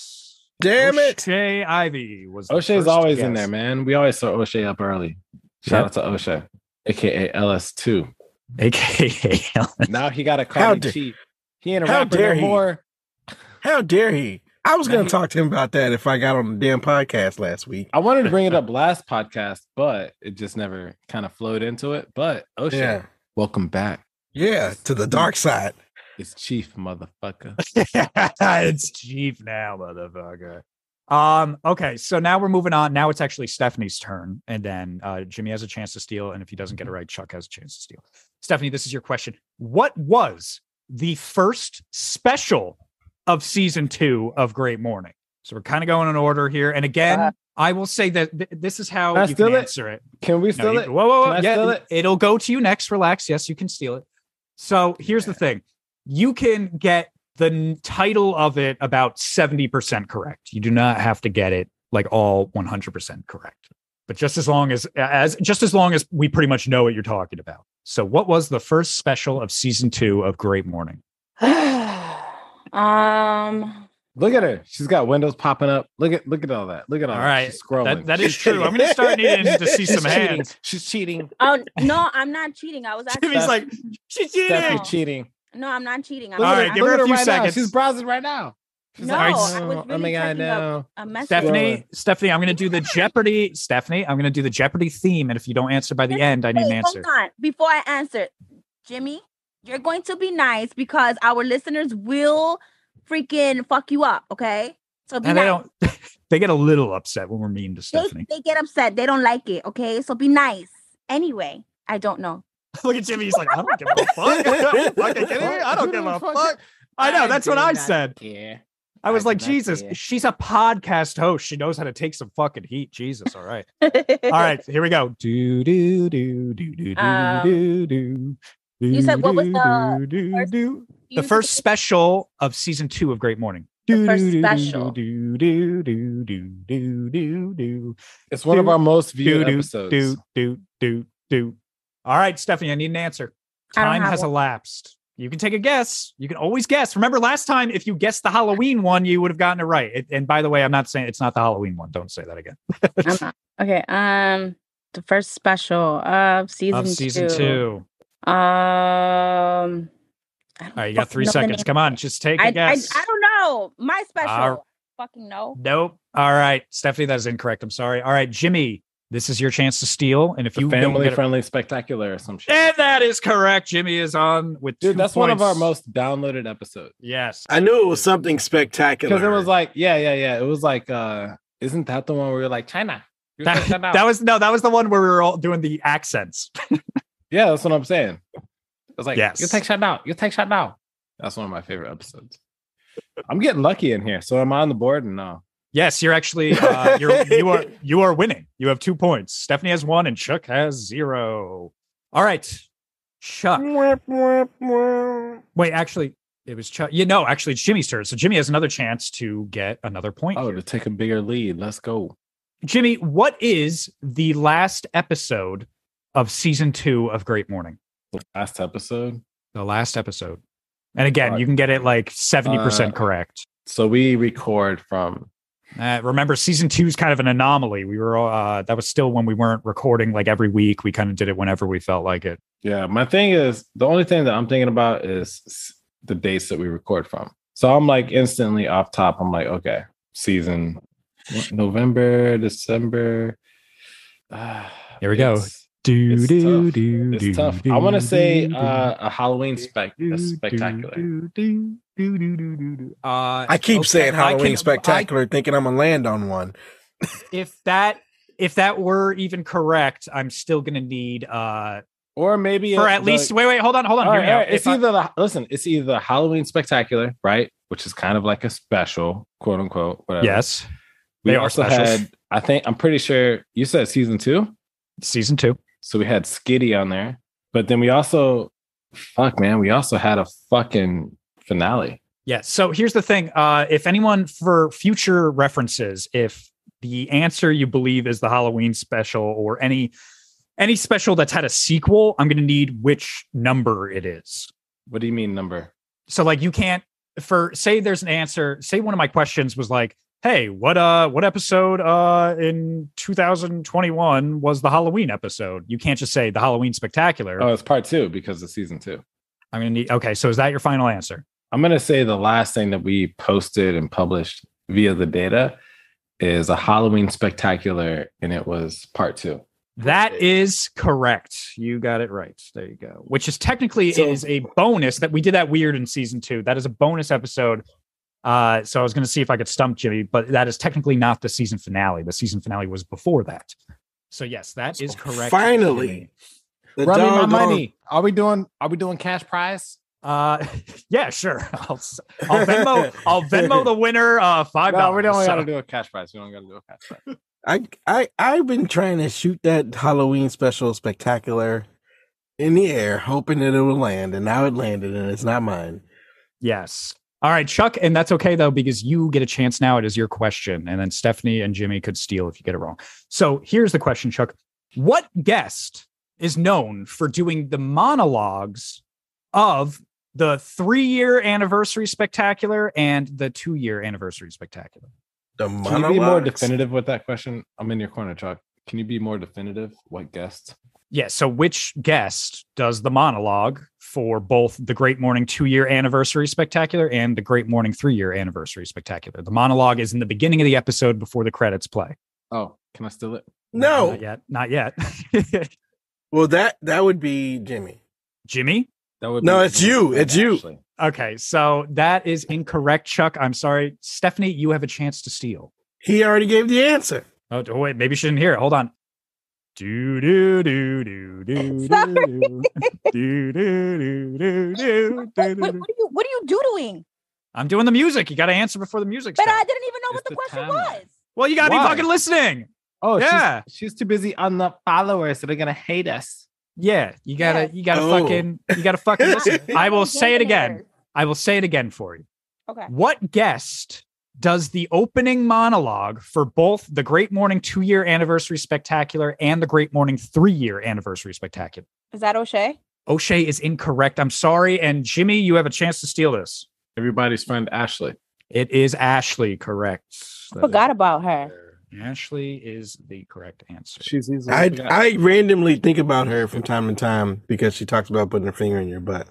C: Damn it.
A: O'Shea Ivy was the
D: O'Shea's
A: first
D: always in
A: guest.
D: there, man. We always saw O'Shea up early. Shout out to O'Shea, aka LS2.
A: AKA
D: now he got a
C: How
D: Cardi
C: da-
D: cheat. He ain't a
C: how
D: rapper
C: dare
D: no
C: he.
D: more.
C: How dare he? I was
D: Now
C: going
D: he-
C: to talk to him about that if I got on the damn podcast last week.
D: I wanted to bring it up last podcast, but it just never kind of flowed into it. But O'Shea,
C: Yeah.
D: welcome back.
C: Yeah, to the dark side.
D: It's Chief, motherfucker.
A: it's cheap now, motherfucker. Um, okay, so now we're moving on. Now it's actually Stephanie's turn, and then uh Jimmy has a chance to steal, and if he doesn't get it right, Chuck has a chance to steal. Stephanie, this is your question. What was the first special of season two of Great Morning? So we're kind of going in order here. And again,
B: Uh,
A: I will say that th- this is how
D: Can I
A: you can
D: steal it?
A: answer it.
D: [laughs] Can we
A: No,
D: still
A: you-
D: it?
A: Whoa, whoa, whoa.
D: Can I
A: yeah,
D: steal it?
A: will go to you next. Relax. Yes, you can steal it. So here's the thing you can get the n- title of it about 70% correct. You do not have to get it like all 100% correct. But just as long as, as just as long as we pretty much know what you're talking about. So, what was the first special of season two of Great Morning?
B: um.
D: Look at her. She's got windows popping up. Look at look at all that. Look at all,
A: All
D: that.
A: right.
D: She's scrolling.
A: That, that is true. I'm going to start needing to see some
D: [laughs] She's cheating.
A: hands.
D: She's cheating.
B: Oh
A: [laughs]
B: no, I'm not cheating. I was actually.
A: Jimmy's like,
D: [laughs]
A: she's cheating.
D: Definitely cheating.
B: no, I'm not cheating. I'm
D: Look
A: All
D: at
A: right,
D: her-
A: give her
D: look
A: a
D: at
A: few
D: right now.
A: seconds.
D: She's browsing right now. She's
B: No,
D: like,
A: I was
D: oh my
B: really
D: god,
B: checking
D: no.
A: [laughs]
B: a message.
A: Stephanie,
D: Sure.
A: Stephanie, I'm going to do the Jeopardy. Stephanie, I'm going to do the Jeopardy theme, and if you don't answer by the end, I need an
B: Wait,
A: answer.
B: Hold on. Before I answer, Jimmy, you're going to be nice because our listeners will freaking fuck you up. Okay, so be
A: And they
B: nice.
A: don't. [laughs] They get a little upset when we're mean to
B: They, [laughs]
A: Stephanie.
B: they get upset. They don't like it. Okay, so be nice. Anyway, I don't know.
A: [laughs]
B: [laughs]
D: [laughs]
A: Look at Jimmy. He's like, I don't give a fuck. Are you fucking kidding me? I don't give a fuck. I know.
E: I'm
A: That's what
E: doing
A: I
E: that.
A: said.
E: Yeah.
A: I was
E: I
A: like,
E: do not
A: Jesus,
E: care.
A: she's a podcast host. She knows how to take some fucking heat. Jesus. All
B: [laughs]
A: right. All right. Here we go. Do, do, do, do, do,
B: Um,
A: do, do, do.
B: you said what was the
A: do,
B: first-
A: do. the first special of season two of Great Morning.
B: The
A: Do,
B: first
A: do, do,
B: special.
A: Do, do, do, do, do, do, do,
D: It's one of
A: Do-
D: our most
A: do,
D: viewed
A: do,
D: episodes.
A: do, do, do, do. All right, Stephanie, I need an answer.
B: I don't
A: Time
B: have
A: has
B: one.
A: elapsed. You can take a guess. You can always guess. Remember last time, if you guessed the Halloween one, you would have gotten it right. It- and by the way, I'm not saying it's not the Halloween one. Don't say that again.
B: I'm not- okay. Um, the first special of season
A: of season two.
B: Um, all
A: All right, you got three seconds. Come on, just take a
B: I, I,
A: guess.
B: I don't know my special.
A: Our- [laughs]
B: fucking know.
A: Nope. All right, Stephanie, that is incorrect. I'm sorry. All right, Jimmy, this is your chance to steal. And if
D: The
A: you don't
D: family
A: get it-
D: friendly spectacular or some shit.
A: and that is correct, Jimmy is on with
D: Dude,
A: two
D: that's one of our
A: points.
D: most downloaded episodes.
A: Yes,
C: I knew it was something spectacular.
D: Because it was like, yeah, yeah, yeah. It was like, uh, isn't that the one where you're like China? You
A: that,
D: said China.
A: that was no, that was the one where we were all doing the accents.
D: yeah, that's what I'm saying. It was like,
A: Yes.
D: you take shot now, you take shot now. That's one of my favorite episodes. I'm getting lucky in here. So am I on the board and no?
A: Yes, you're actually uh, you're you are you are winning. You have two points. Stephanie has one, and Chuck has zero. All right, Chuck. Wait, actually, it was Chuck. You know, actually, it's Jimmy's turn. So Jimmy has another chance to get another point.
D: Oh,
A: here.
D: to take a bigger lead. Let's go.
A: Jimmy, what is the last episode of season two of Great Morning?
D: The last episode.
A: The last episode. And again,
D: Fuck.
A: you can get it like 70%
D: Uh,
A: correct.
D: So we record from
A: Uh, remember, season two is kind of an anomaly. We were, uh, that was still when we weren't recording like every week. We kind of did it whenever we felt like it.
D: Yeah, my thing is the only thing that I'm thinking about is s- the dates that we record from. So I'm like instantly off top. I'm like, okay, season what, November, December. Ah,
A: Here we go.
D: it's-
A: Do,
D: It's
A: do,
D: tough.
A: do,
D: It's
A: do,
D: tough.
A: do,
D: I want to say
A: do,
D: uh, a Halloween spec
A: do,
D: a
A: do,
D: spectacular.
A: do, do, do, do, do, do, do. Uh,
C: I keep
A: okay,
C: saying
A: I
C: Halloween
A: can- I
C: spectacular, thinking I'm gonna land on one.
A: if that if that were even correct, I'm still gonna need uh
D: Or maybe
A: for
D: a-
A: at
D: the-
A: least wait wait hold on hold on
D: All
A: hear
D: right,
A: me
D: all
A: out.
D: right. It's
A: If I-
D: either the, listen, it's either the Halloween spectacular, right? Which is kind of like a special, quote unquote, whatever.
A: yes,
D: We
A: They are
D: also
A: specials.
D: had, I think, I'm pretty sure you said season two.
A: season two.
D: So we had Skitty on there, but then we also, fuck man, we also had a fucking finale.
A: Yeah. So here's the thing. Uh if anyone for future references, if the answer you believe is the Halloween special or any any special that's had a sequel, I'm gonna need which number it is.
D: What do you mean number?
A: so like you can't for say there's an answer say one of my questions was like hey what uh what episode uh in 2021 was the halloween episode you can't just say the halloween spectacular
D: Oh, it's part two because it's season two.
A: i'm gonna need okay so is that your final answer
D: I'm gonna say the last thing that we posted and published via the data is a Halloween spectacular, and it was part two.
A: that is correct you got it right there you go which is technically
C: So-
A: it is a bonus that we did that weird in season two that is a bonus episode uh so i was gonna see if i could stump jimmy but that is technically not the season finale the season finale was before that so yes that is
C: So
A: correct
C: finally.
A: Jimmy.
C: The
D: Run me my
C: doggone-
D: money. Are we doing? Are we doing cash prize?
A: Uh, [laughs] yeah, sure. [laughs] I'll, s- I'll Venmo. I'll Venmo the winner. Uh, five
D: No, we
A: dollars.
D: don't
A: So-
D: gotta do a cash prize. We don't gotta do a cash prize.
C: I I I've been trying to shoot that Halloween special spectacular in the air, hoping that it will land, and now it landed, and it's not mine.
A: yes. All right, Chuck, and that's okay though because you get a chance now. It is your question, and then Stephanie and Jimmy could steal if you get it wrong. So here's the question, Chuck: What guest is known for doing the monologues of the three-year anniversary spectacular and the two-year anniversary spectacular?
C: The
D: Can you be more
C: monologues?
D: definitive with that question? I'm in your corner, Chuck. Can you be more definitive? What guest?
A: Yeah. So, which guest does the monologue for both the Great Morning two year anniversary spectacular and the Great Morning three year anniversary spectacular? The monologue is in the beginning of the episode before the credits play.
D: Oh, can I steal it?
C: No.
B: Oh.
A: Not yet. Not yet. [laughs]
C: Well, that that would be Jimmy.
A: Jimmy?
D: That would
C: No, it's you. It's you.
D: Actually.
A: Okay. So, that is incorrect, Chuck. I'm sorry. Stephanie, you have a chance to steal.
C: He already gave the answer.
A: Oh, d- wait. Maybe she didn't hear it. Hold on. Do do do do do
B: [laughs] Sorry.
A: do do do do do do
B: What,
A: do
B: what-
A: do.
B: what are you what are you doodling?
A: I'm doing the music. You got to answer before the music.
B: But I
A: starts.
B: didn't even know
D: It's
B: what the,
D: the
B: question
D: timeline.
B: was.
A: well, you got to be
D: Why?
A: fucking listening.
D: Oh,
A: Yeah.
D: She's, she's too busy on the followers, so they're gonna hate us.
A: Yeah, you gotta,
B: Yes.
A: you gotta
C: Oh.
A: fucking, you gotta [laughs] fucking
B: [laughs]
A: listen. I will say it again. I will say it again for you.
B: Okay.
A: What guest does the opening monologue for both the Great Morning two year anniversary spectacular and the Great Morning three year anniversary spectacular?
B: Is that O'Shea?
A: O'Shea is incorrect. I'm sorry. And Jimmy, you have a chance to steal this.
D: Everybody's friend Ashley.
A: It is Ashley, correct. That is-
B: Forgot about Oh, her.
A: Ashley is the correct answer.
D: [laughs] She's easily.
C: I
D: forgotten.
C: I randomly think about her from time to time because she talks about putting her finger in your butt.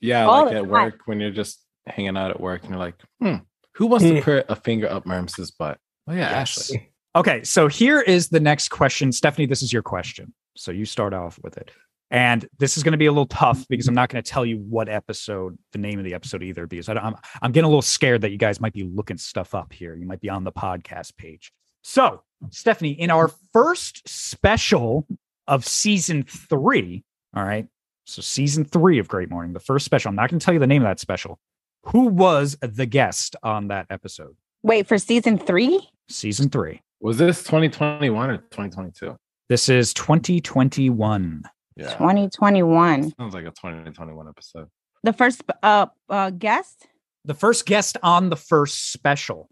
D: yeah,
B: All
D: like
B: the
D: at
B: time.
D: work when you're just hanging out at work and you're like, hmm, who wants to
C: Hmm.
D: put a finger up Merms's butt? Oh yeah,
A: Yes.
D: Ashley.
A: Okay, so here is the next question. Stephanie, this is your question. So you start off with it. And this is going to be a little tough because I'm not going to tell you what episode, the name of the episode either, because I don't, I'm, I'm getting a little scared that you guys might be looking stuff up here. You might be on the podcast page. So, Stephanie, in our first special of season three, all right, so season three of Great Morning, the first special, I'm not going to tell you the name of that special. Who was the guest on that episode?
B: Wait, for season three?
A: Season three.
D: Was this 2021 or 2022?
A: This is 2021.
D: Yeah.
B: 2021.
D: Sounds like a 2021 episode.
B: The first uh uh guest?
A: The first guest on the first special.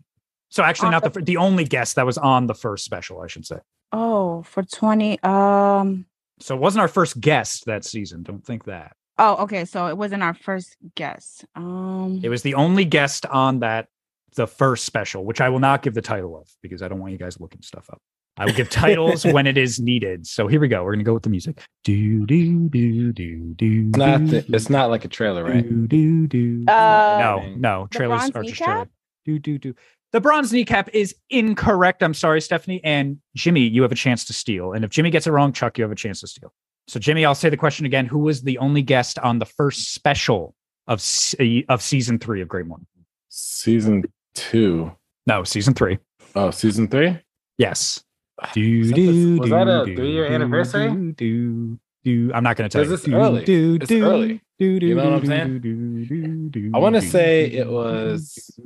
A: So actually, not the fir- the only guest that was on the first special, I should say.
B: Oh, for 20 um
A: So it wasn't our first guest that season. Don't think that.
B: Oh, okay. So it wasn't our first guess. Um
A: It was the only guest on that the first special, which I will not give the title of because I don't want you guys looking stuff up. I will give titles when it is needed. So here we go. We're gonna go with the music. Do do do do do.
D: It's not. The, it's not like a trailer, right?
A: Do, do, do.
B: Uh, [laughs]
A: no, no.
B: The
A: Trailers
B: bronze
A: are just
B: kneecap?
A: trailer. Do, do, do. The bronze kneecap is incorrect. I'm sorry, Stephanie. And Jimmy, you have a chance to steal. And if Jimmy gets it wrong, Chuck, you have a chance to steal. So, Jimmy, I'll say the question again. Who was the only guest on the first special of se- of season three of Great One?
D: Season two.
A: No, season three.
D: Oh, season three.
A: Yes.
D: Is that this- was that a three-year anniversary?
A: Do, do, do. I'm not going to tell
D: Is
A: you.
D: this early?
A: Do,
D: It's early.
A: Do, do,
D: You know what I'm
A: do,
D: saying?
A: do, do, do,
D: I wanna
A: do,
D: say
A: do,
D: it
A: do,
D: was-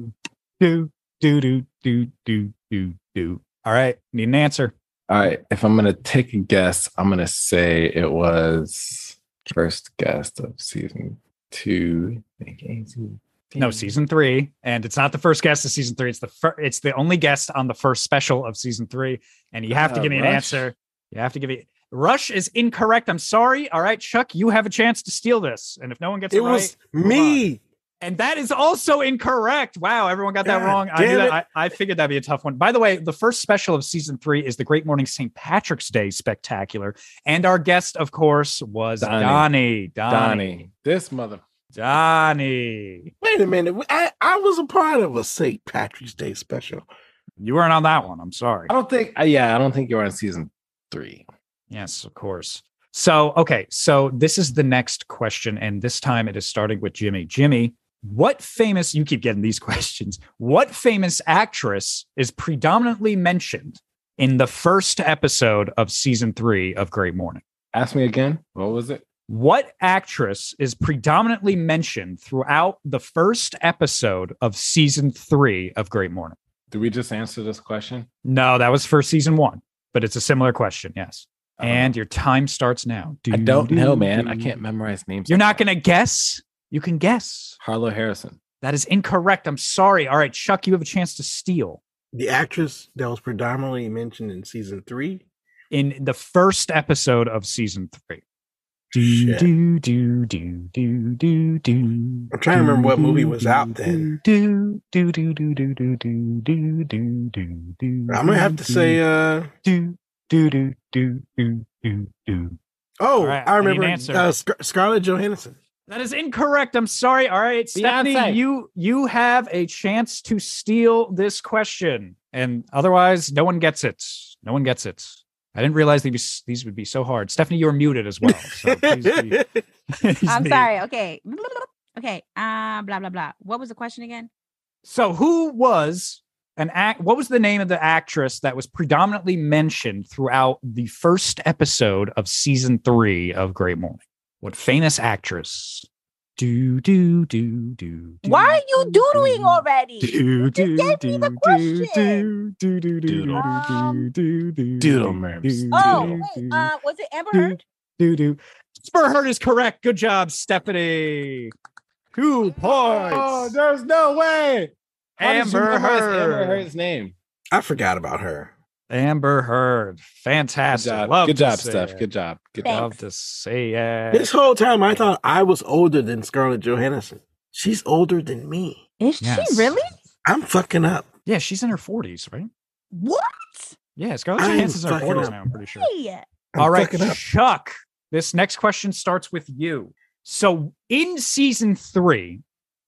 A: do do do do do do do. All right, need an answer.
D: All right. If I'm gonna take a guess, I'm gonna say it was first guest of season two. Hmm.
A: No, season three, and it's not the first guest of season three. It's the fir- it's the only guest on the first special of season three, and you have to
D: Uh,
A: give me an
D: Rush?
A: answer. You have to give me. Rush is incorrect. I'm sorry. All right, Chuck, you have a chance to steal this, and if no one gets it,
C: it
A: right,
C: was me.
A: And that is also incorrect. Wow, everyone got that
C: God
A: wrong. I, knew
C: damn
A: that.
C: it.
A: I, I figured that'd be a tough one. By the way, the first special of season three is the Great Morning St. Patrick's Day Spectacular. And our guest, of course, was Donnie.
D: Donnie.
A: Donnie.
D: Donnie. This mother.
A: Donnie.
C: Wait a minute. I, I was a part of a St. Patrick's Day special.
A: You weren't on that one. I'm sorry.
D: I don't think. Uh, yeah, I don't think you're on season three.
A: Yes, of course. So, okay. So, this is the next question. And this time it is starting with Jimmy. Jimmy, what famous, you keep getting these [laughs] questions, what famous actress is predominantly mentioned in the first episode of season three of Great Morning?
D: Ask me again. What was it?
A: What actress is predominantly mentioned throughout the first episode of season three of Great Morning?
D: Did we just answer this question?
A: No, that was for season one, but it's a similar question. Yes.
D: I don't know.
A: And your time starts now.
D: Uh-huh. I don't know, man. I can't memorize names.
A: You're
D: like
A: not
D: that.
A: going to guess? You can guess.
D: Harlow Harrison.
A: That is incorrect. I'm sorry. All right, Chuck, you have a chance to steal.
C: The actress that was predominantly mentioned in season three.
A: In the first episode of season three.
C: Shit.
A: do, do, do, do, do, do.
C: I'm trying to remember what movie was out then.
A: Do, do, do, do, do, do, do, do, do, do, do.
C: I'm gonna have to
A: Mm-hmm.
C: say uh
A: Do, do, do, do, do, do, do.
C: oh,
A: Alright,
C: I
A: I need an
C: remember
A: answer.
C: uh, Scar- Scarlett Johansson.
A: That is incorrect. I'm sorry. All right, Stephanie,
D: Beyonce.
A: you you have a chance to steal this question, and otherwise, no one gets it. No one gets it. I didn't realize these these would be so hard. Stephanie, you're muted as well.
C: [laughs]
A: So Oh, please be, please
B: I'm
A: be-
B: sorry. Okay. [laughs] Okay. Uh, blah blah blah. What was the question again?
A: So, who was an act. What was the name of the actress that was predominantly mentioned throughout the first episode of season three of Great Morning? What famous actress? Do do do do. do,
B: Why are you doodling
A: do,
B: already?
A: Do do do
B: gave me the
A: do do
B: question.
A: do do do
D: Doodle.
A: do do
B: Um,
A: do do
D: Doodle
A: do,
D: merms.
A: do,
B: Oh,
A: do,
B: wait.
A: do,
B: Uh, was it Amber
A: do,
B: Heard?
A: do do. Spur Heard is correct. Good job, Stephanie. Two points.
D: Oh, there's no way. How did you
A: Amber
D: memorize
A: Heard.
D: Amber Heard's name.
C: I forgot about her.
A: Amber Heard.
D: Good
A: Fantastic.
D: job.
A: Love
D: Good
A: to
D: job,
A: see
D: Steph.
A: it.
D: Good job. Good
B: Thanks.
D: job.
A: Love to see it.
C: This whole time, I thought I was older than Scarlett Johansson. She's older than me.
B: Is
A: Yes.
B: she really?
C: I'm fucking up.
A: Yeah, she's in her 40s, right?
B: What?
A: Yeah, Scarlett
C: I'm
A: Johansson's in her
C: fucking
A: 40s
C: up.
A: now, I'm pretty sure.
C: I'm
A: All right,
C: fucking up.
A: Chuck. This next question starts with you. So, in season three,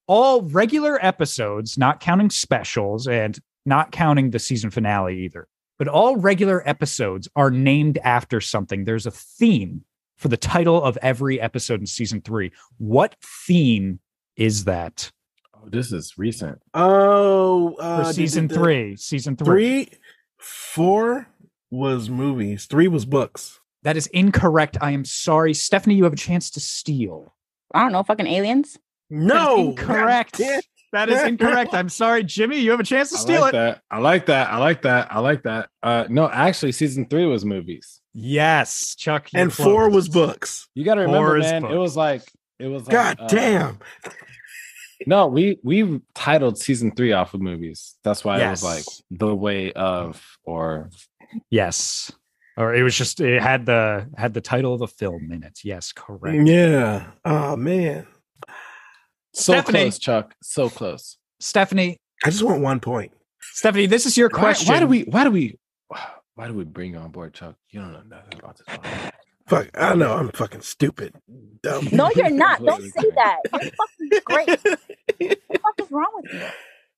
A: all regular episodes, not counting specials and not counting the season finale either, but all regular episodes are named after something. There's a theme for the title of every episode in season three. What theme is that
D: Oh, this is recent.
C: Oh, uh,
A: for
C: did-
A: season
C: did-
A: three? Season three.
C: Three, four was movies. Three was books.
A: That is incorrect. I am sorry. Stephanie, you have a chance to steal.
B: I don't know. Fucking aliens.
C: No,
A: incorrect.
C: God damn.
A: That is incorrect. I'm sorry, Jimmy. You have a chance to
D: I
A: steal
D: like
A: it.
D: that. I like that. I like that. I like that. Uh, no, actually, season three was movies.
A: Yes, Chuck. you're
C: And four
A: close.
C: was books.
D: You got to remember,
A: Horror's
D: man. It
A: books.
D: was like it was. Like,
C: God
D: uh,
C: damn.
D: No, we we titled season three off of movies. That's why it was like
A: Yes.
D: the way of or
A: Yes, or it was just it had the had the title of the film in it. Yes, correct.
C: Yeah. Oh man.
D: so
A: Stephanie.
D: close, Chuck. So close.
A: Stephanie,
C: I just want one point.
A: Stephanie, this is your
D: Why-
A: question.
D: Why, do we? Why do we? [sighs] Why do we bring you on board, Chuck? You don't know nothing about this. podcast.
C: Fuck. I know I'm fucking stupid. Dumb.
B: No, you're [laughs] not. Don't
D: Completely
B: say that. You're fucking great. What the fuck is wrong with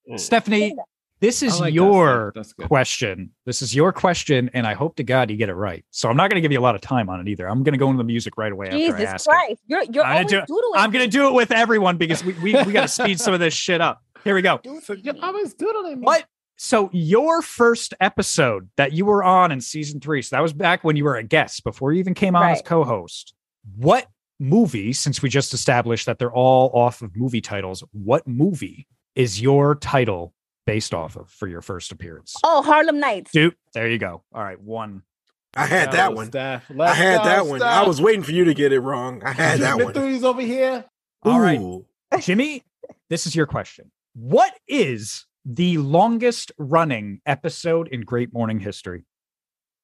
B: you?
A: Stephanie? This
D: I
A: is
D: like that,
A: your
D: Steph. That's good.
A: question. This is your question, and I hope to God you get it right. So I'm not going to give you a lot of time on it either. I'm going to go into the music right away. after I
B: Jesus
A: ask it.
B: Christ. You're you're
A: I
B: always
A: didn't
B: doodling.
A: I'm going to do it with everyone because we we, we got to speed some of this shit up. Here we go.
D: So you're always doodling. me.
A: What? So your first episode that you were on in season three, so that was back when you were a guest before you even came on as
B: Right.
A: co-host. What movie? Since we just established that they're all off of movie titles, what movie is your title based off of for your first appearance?
B: Oh, Harlem Nights.
A: Dude, there you go. All right, one.
C: [laughs] I had
D: That
C: that
D: was
C: one.
D: Steph.
C: I
D: Let's
C: had
D: go,
C: that one. I
D: Steph.
C: was waiting for you to get it wrong. I had that
D: The
C: one.
D: threes over here.
A: All right.
C: Ooh.
A: Jimmy,
B: [laughs]
A: this is your question. What is the longest running episode in Great Morning history?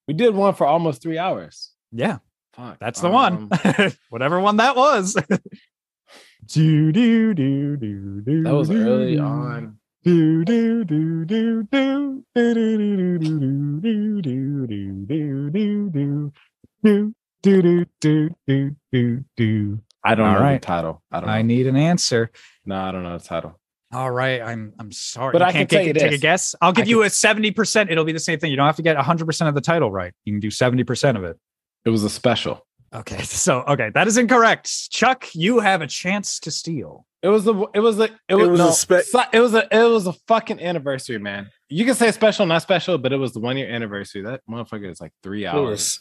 D: We did one for almost three hours.
A: Yeah.
D: Fuck.
A: That's the
D: Um,
A: one. Whatever one that was. do, do, do, do, do,
D: That was
A: do,
D: early
A: do.
D: on.
A: Do, do, do, do, do, do, do, do, do, do, do, do, do, do, do, do, do, do, do, do, do, do, do.
D: [laughs] I don't
A: All
D: know
A: right.
D: the title. I don't know.
A: I need an answer.
D: no, I don't know the title.
A: All right, I'm I'm sorry.
D: But
A: you
D: I
A: can't
D: can tell
A: get-
D: you
A: take a
D: this.
A: guess. I'll give
D: I
A: you a 70%. It'll be the same thing. You don't have to get 100% of the title right. You can do 70% of it.
D: It was a special.
A: Okay, [laughs] so okay, that is incorrect. Chuck, you have a chance to steal.
D: It was a. It was a. It was,
C: was a
D: no,
C: spe-
D: so- It was a. It was a fucking anniversary, man. You can say special, not special, but it was the one year anniversary. That motherfucker is like three
C: It
D: hours.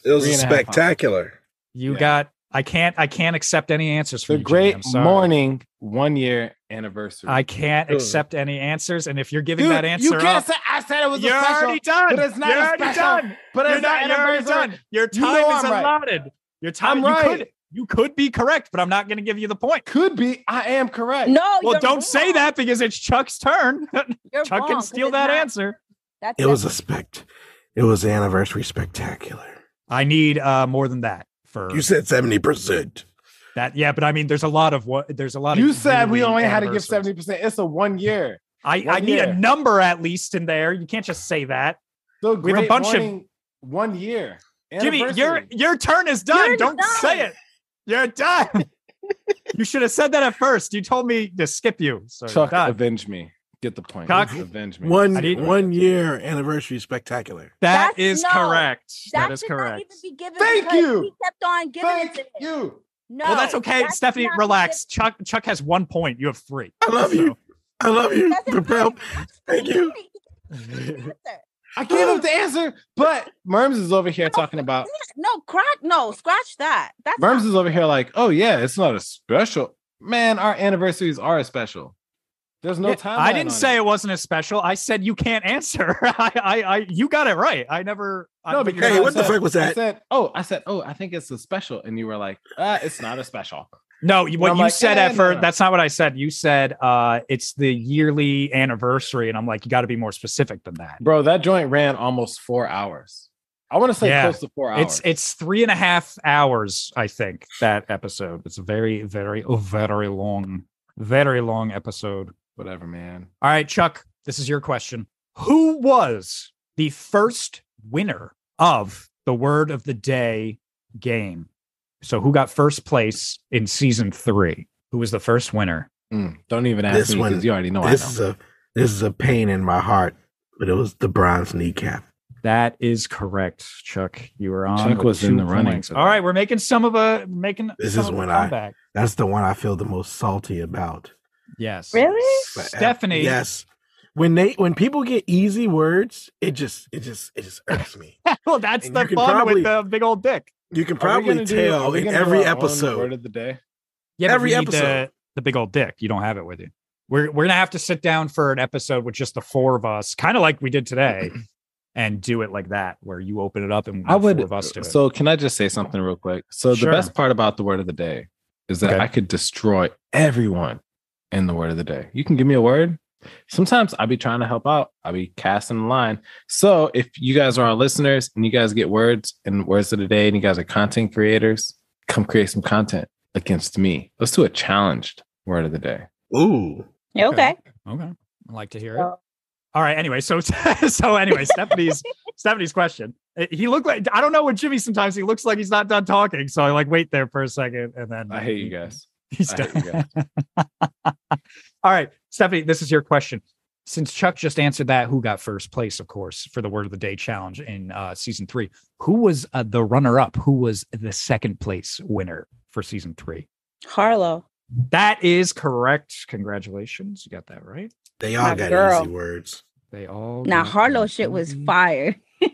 C: was, it was
D: Three
C: a
D: and a half hours.
C: spectacular.
A: You
D: Yeah.
A: got. I can't. I can't accept any answers from
D: The
A: you, Jimmy.
D: Great
A: I'm sorry.
D: Morning one year anniversary.
A: I can't
C: Ugh.
A: accept any answers, and if you're giving
D: Dude,
A: that answer
D: you can't
A: up,
D: say I said it was
A: you're
D: a special.
A: already done.
D: but it's not
A: you're
D: a
A: already
D: special.
A: done.
D: but
A: You're
D: it's not
A: not. You're already
D: anniversary.
A: done. Your
D: You know
A: time is
D: I'm right.
A: allotted. Your time.
D: I'm
A: you
D: right.
A: Could, you could be correct, but I'm not going to give you the point.
D: Could be. I am correct.
B: No,
A: Well,
B: you're
A: don't
B: wrong.
A: say that because it's Chuck's turn. [laughs]
B: You're
A: Chuck
B: wrong,
A: can
B: 'cause
A: steal
B: it's
A: that
B: not-
A: answer.
B: That's
C: It was a spect. It was anniversary spectacular.
A: I need uh, more than that for
C: You said seventy percent.
A: that. Yeah, but I mean, there's a lot of what. There's a lot.
D: You
A: of
D: said we
A: really
D: only had to give
A: anniversaries.
D: seventy percent. It's a one year.
A: I, I
D: One
A: need a
D: year.
A: number at least in there. You can't just say that.
D: The
A: We have a
D: great
A: bunch of-
D: morning, one year.
A: Jimmy, your
D: anniversary.
A: your turn is done.
B: You're
A: Don't
B: done.
A: say it. You're done.
D: [laughs]
A: you should have said that at first. You told me to skip you. So you're
D: Chuck, uh,
A: done.
D: avenge me. Get the point.
A: Chuck,
D: avenge me.
C: One
A: I need-
C: one year anniversary spectacular.
A: That
B: That's-
A: is
B: no.
A: correct.
B: That,
A: that is
B: should
A: correct.
B: Not even be given
D: Thank
B: because
D: you.
B: He kept on giving it
D: Thank
B: to me.
D: you.
B: No,
A: well, that's okay.
B: that should
A: Stephanie,
B: not be
A: relax. Chuck Chuck has one point. You have three.
C: I love you. I love you. [laughs]
A: [laughs]
B: given- Doesn't
C: Propel.
B: matter.
C: Thank you.
D: I gave up the answer, but Merms is over here talking about
B: No, crack. No, scratch that. That's
D: Merms
B: not-
D: is over here like, oh yeah, it's not a special. Man, our anniversaries are a special. There's no
A: Yeah,
D: time.
A: I didn't say it wasn't a special. I said you can't answer. [laughs] I, I, I you got it right. I never. I
D: No,
A: figured
D: because
A: out-
C: Hey, what the
D: said-
C: fuck was
D: I
C: that?
D: said, oh, I said, oh, I think it's a special, and you were like, uh, it's not a special.
A: No, you- what
D: I'm
A: you
D: like,
A: said,
D: eh,
A: effort.
D: no.
A: That's not what I said. You said uh, it's the yearly anniversary, and I'm like, you got to be more specific than that.
D: Bro, that joint ran almost four hours. I want to say
A: Yeah.
D: close to four hours.
A: It's it's three and a half hours, I think. That episode. It's a very, very, oh, very long, very long episode.
D: whatever, man.
A: All right, Chuck, this is your question. Who was the first winner of the word of the day game? So, who got first place in season three? Who was the first winner?
D: Mm, don't even ask
C: This
D: me
C: one-
D: because you already know I
C: this
D: know.
C: is a this is a pain in my heart, but it was the bronze kneecap.
A: That is correct, Chuck. You were on.
D: Chuck
A: with
D: was in
A: two
D: the running
A: points.
D: for
A: All
D: that.
A: right, we're making some of a making.
C: This
A: some
C: is
A: of a
C: when I-
A: comeback.
C: That's the one I feel the most salty about.
A: Yes.
B: Really?
C: But, uh,
A: Stephanie.
C: Yes. When they when people get easy words, it just it just it just irks me.
A: [laughs] well, that's
C: And
A: the
C: you
A: fun
C: can probably-
A: with the big old dick.
C: You can
D: Are we
C: probably
D: gonna do- are
C: tell
D: we
C: in
D: gonna do
C: every
D: our own Word
C: episode.
D: of the day.
A: Yeah, but
C: Every
A: we need the-
C: episode.
A: the big old dick. You don't have it with you. We're we're gonna have to sit down for an episode with just the four of us, kind of like we did
C: [clears throat]
A: today, and do it like that, where you open it up and
D: I
A: the
D: would.
A: four of us do it.
D: So can I just say something real quick? So
A: Sure.
D: the best part about the word of the day is that
A: Okay.
D: I could destroy everyone in the word of the day. You can give me a word. Sometimes I'll be trying to help out. I'll be casting the line. So if you guys are our listeners and you guys get words and words of the day and you guys are content creators, come create some content against me. Let's do a challenged word of the day.
C: Ooh.
B: Yeah, okay.
A: okay, I like to hear it.
B: Oh.
A: All right. Anyway, so [laughs] so anyway, Stephanie's Stephanie's question. Uh, He looked like I don't know with Jimmy. Sometimes he looks like he's not done talking, so I like wait there for a second, and then
D: I hate you guys.
A: [laughs] He's
D: I hate
A: done.
D: you guys.
A: [laughs] All right, Stephanie, this is your question. Since Chuck just answered that, who got first place, of course, for the word of the day challenge in uh, season three? Who was uh, the runner up? Who was the second place winner for season three?
B: Harlow.
A: That is correct. Congratulations. You got that right.
C: They all
B: My
C: got
B: girl. [laughs]
C: easy words.
A: They all
B: Now
A: got
B: Harlow
A: an
B: shit was
A: easy-
B: fire. [laughs]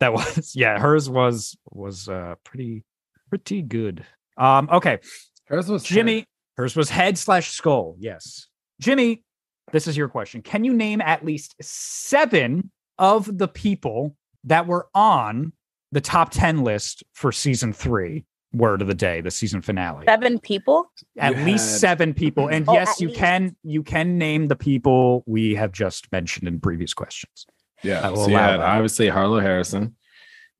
A: That was [laughs] yeah, hers was was uh pretty pretty good. Um okay,
D: Hers was
A: Jimmy, hers was head slash skull. Yes. Jimmy, this is your question. Can you name at least seven of the people that were on the top 10 list for season three, word of the day, the season finale?
B: Seven people.
A: at
D: You
A: least
D: had-
A: seven people. And
B: Oh,
A: yes,
B: at
A: you
B: least.
A: can you can name the people we have just mentioned in previous questions. I
D: Yeah.
A: will
D: So you
A: allow
D: had
A: that.
D: obviously Harlow Harrison.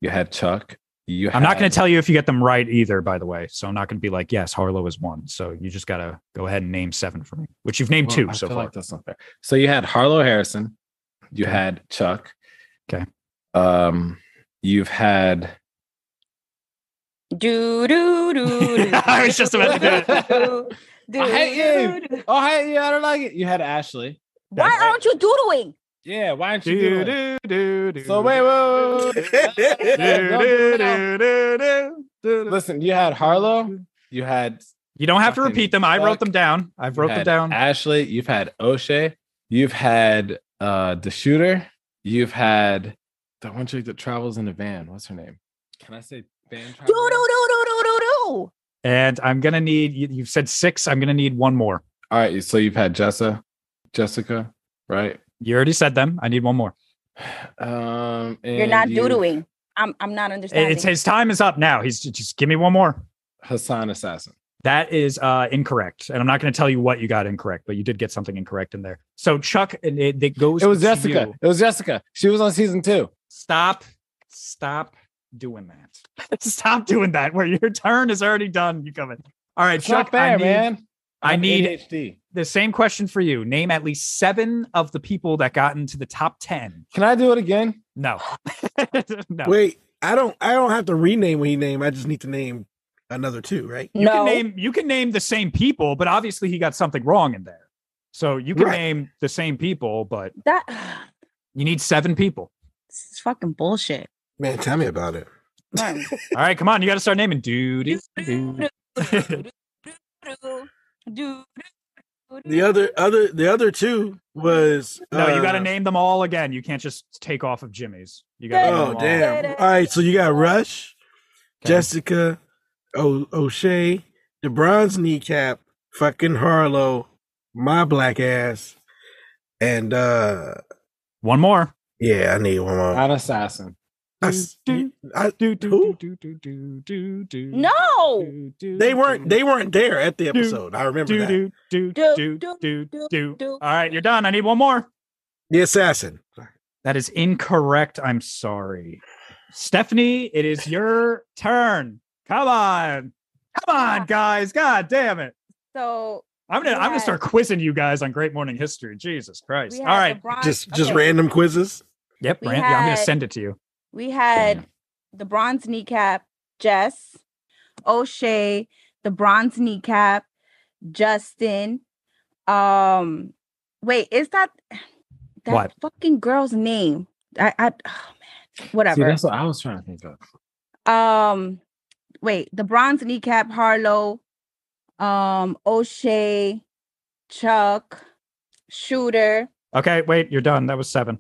D: You had Chuck. You
A: I'm not
D: had-
A: going to tell you if you get them right either, by the way. So I'm not going to be like, yes, Harlow is one. So you just got to go ahead and name seven for me, which you've named
D: Well,
A: two
D: I
A: so
D: feel
A: far.
D: like that's not fair. So you had Harlow Harrison, you
A: Okay.
D: had Chuck.
A: Okay.
D: Um, you've had
B: Do do do.
A: [laughs] I was just about to do
D: it.
B: do,
D: I hate
B: do, do.
D: oh hey yeah I don't like it. You had Ashley.
B: Why aren't you doodling?
D: Yeah, why aren't you
A: Do,
D: doing it?
A: do, do, do,
D: So wait, wait, wait, wait, wait, wait.
A: do,
D: Don't
A: do,
D: do
A: do,
D: that.
A: do, do, do, do.
D: Listen, you had Harlow. You had
A: You don't have to
D: Fucking
A: repeat them. I wrote
D: fuck.
A: them down. I
D: you
A: wrote them
D: had
A: down.
D: Ashley. You've had O'Shea. You've had uh the shooter. You've had the one chick that travels in a van. What's her name? Can I say van?
B: Do do
D: traveler?
B: do do do do do.
A: And I'm gonna need. You, you've said six. I'm gonna need one more.
D: All right, so you've had Jessa, Jessica, right?
A: You already said them. I need one more.
D: Um,
B: You're
D: and
B: not
D: you-
B: doodling. I'm I'm not understanding.
A: It's his time is up now. He's just give me one more.
D: Hassan Assassin.
A: That is uh, incorrect, and I'm not going to tell you what you got incorrect, but you did get something incorrect in there. So Chuck, it, it, it goes.
D: It was
A: to
D: Jessica.
A: you.
D: It was Jessica. She was on season two.
A: Stop, stop doing
D: [laughs]
A: that. stop doing that. Where your turn is already done, you come in. All right,
D: It's
A: Chuck.
D: not fair,
A: I need,
D: man.
A: I
D: I'm
A: need-
D: ADHD.
A: the same question for you. Name at least seven of the people that got into the top ten.
D: Can I do it again?
A: No, [laughs] no.
C: Wait, I don't I don't have to rename what he named. I just need to name another two, right?
A: You can
B: no.
A: name you can name the same people, but obviously he got something wrong in there. So you can
C: Right.
A: name the same people, but
B: that
A: you need seven people.
B: this is fucking bullshit.
C: Man, tell me about it. [laughs]
B: [laughs] Man.
A: All right, come on, you got to start naming dude.
B: Do, do, do, do, do, do, do, do,
C: The other other the other two was
A: [laughs] No, you got to
C: uh,
A: name them all again. You can't just take off of Jimmy's. You got.
B: gotta
C: Oh
B: name
C: damn!
B: all.
C: All right, so you got Rush,
D: Okay.
C: Jessica, o- O'Shea, the Bronze kneecap, fucking Harlow, my black ass, and uh
A: One more.
C: yeah, I need one more.
D: An assassin.
C: I s-
A: do,
C: I-
A: do, do,
C: Who?
A: do, do, do, do, do,
B: No.
A: do, do,
C: they weren't
A: do,
C: they weren't there at the episode. I remember
A: do,
C: that.
A: do, do,
B: Do,
A: do,
B: do,
A: do,
B: do,
A: do.
B: do.
A: All right, you're done. I need one more.
C: The assassin.
A: That is incorrect. I'm sorry. Stephanie, it is your turn. Come on. Come on, guys. God damn it.
B: So
A: I'm gonna
B: We
A: I'm gonna
B: had-
A: start quizzing you guys on Great Morning History. Jesus Christ.
B: we
A: All
B: had
A: right.
B: the bronze,
C: Just just
B: okay,
C: random quizzes.
A: Yep,
B: we
A: Brand, yeah, I'm gonna
B: had-
A: send it to you.
B: We had the bronze kneecap, Jess, O'Shea, the bronze kneecap, Justin. Um, wait, is that that
A: What?
B: fucking girl's name? I, I, oh man,
D: See,
B: whatever.
D: that's what I was trying to think of.
B: um, wait, the bronze kneecap, Harlow, um, O'Shea, Chuck, Shooter.
A: Okay, wait, you're done. That was seven.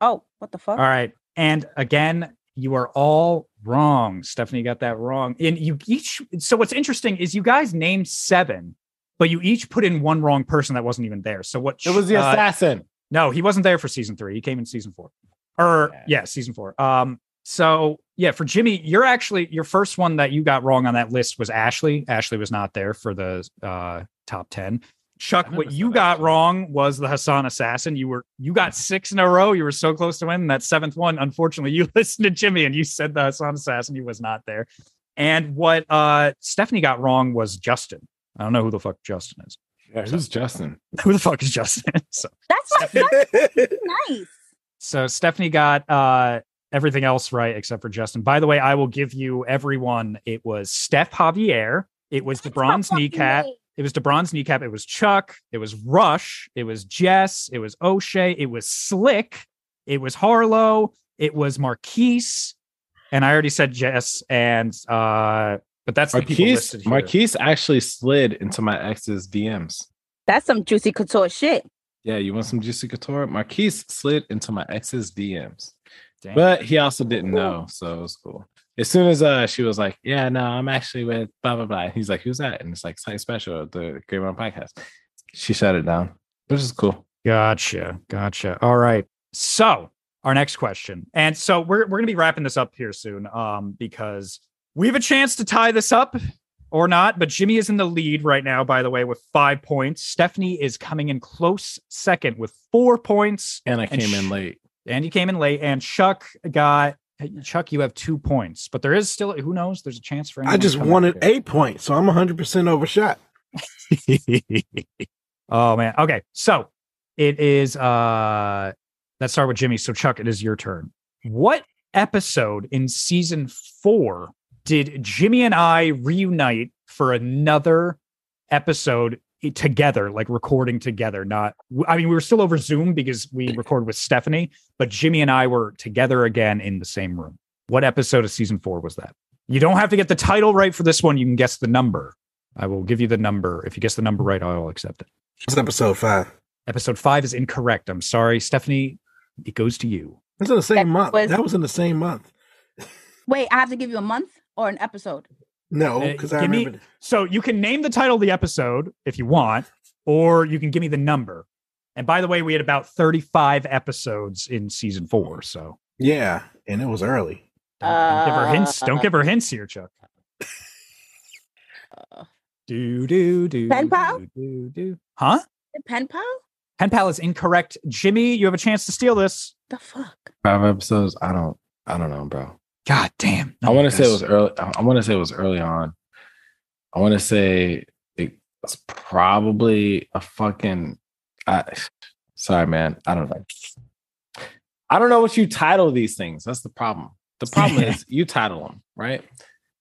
B: Oh, what the fuck?
A: All right. And again, you are all wrong. Stephanie got that wrong. And you each so what's interesting is you guys named seven, but you each put in one wrong person that wasn't even there. So what
D: It was the
A: uh,
D: assassin.
A: No, he wasn't there for season three. He came in season four. Or
D: Yeah.
A: yeah. season four. Um, so yeah, for Jimmy, you're actually your first one that you got wrong on that list was Ashley. Ashley was not there for the uh top ten.
D: I
A: Chuck,
D: never
A: what
D: said
A: you got
D: Ashley.
A: wrong was the Hassan assassin. You were you got six in a row. You were so close to winning that seventh one. Unfortunately, you [laughs] listened to Jimmy and you said the Hassan assassin. He was not there. And what uh Stephanie got wrong was Justin. I don't know who the fuck Justin is. [laughs]
D: Yeah, who's Justin?
A: Who the fuck is Justin? [laughs] so
B: That's my
A: [laughs]
B: that's
C: That's
B: nice.
A: So Stephanie got uh, everything else right except for Justin. By the way, I will give you everyone. It was Steph Javier. It was the
B: That's my
A: bronze
B: fucking
A: kneecap.
B: name.
A: It was the bronze kneecap. It was Chuck. It was Rush. It was Jess. It was O'Shea. It was Slick. It was Harlow. It was Marquise. And I already said Jess. And uh, but that's the people
D: Marquise,
A: listed here.
D: Marquise actually slid into my ex's DMs.
B: That's some juicy couture shit.
D: Yeah, you want some juicy couture? Marquise slid into my ex's DMs.
A: Damn.
D: But he also didn't know, so it was cool. As soon as uh she was like, Yeah, no, I'm actually with blah blah blah. He's like, Who's that? And it's like something special, the Great Run Podcast. She shut it down, which is cool.
A: Gotcha. Gotcha. All right. So our next question. And so we're we're gonna be wrapping this up here soon. Um, because we have a chance to tie this up or not, but Jimmy is in the lead right now, by the way, with five points. Stephanie is coming in close second with four points.
D: And I
A: And
D: came in
A: sh-
D: late.
A: And you came in late. And Chuck got Chuck, you have two points, but there is still who knows? There's a chance for anyone
C: I
A: to
C: just
A: come up
C: wanted
A: here.
C: eight points, so I'm 100% overshot.
A: oh man. Okay. So it is uh let's start with Jimmy. So Chuck, it is your turn. What episode in season four did Jimmy and I reunite for another episode i- together, like recording together? Not I mean, we were still over Zoom because we recorded with Stephanie, but Jimmy and I were together again in the same room. What episode of season four was that? You don't have to get the title right for this one. You can guess the number. I will give you the number. If you guess the number right, I will accept it.
C: It's episode five.
A: Episode five is incorrect. I'm sorry, Stephanie. It goes to you.
C: That's in the same
B: That
C: month.
B: was-
C: that was in the same month.
B: Wait, I have to give you a month or an episode.
C: No,
A: Uh,
C: because I
A: give me-
C: remember.
A: So you can name the title of the episode if you want, or you can give me the number. And by the way, we had about 35 episodes in season four. So
C: Yeah, and it was early.
A: don't, don't give her hints.
B: Uh,
A: Don't give her hints here, Chuck.
B: Uh,
A: Do do do.
B: Pen pal?
A: do, Do do. Huh?
B: The pen pal?
A: Pen pal is incorrect. Jimmy, you have a chance to steal this.
B: The fuck?
D: Five episodes. I don't I don't know, bro.
A: God damn. Oh
D: I want to say it was early. I want to say it was early on. I want to say it was probably a fucking. I, sorry, man. I don't know. I don't know what you title these things. That's the problem. The problem
A: [laughs]
D: is you title them, right?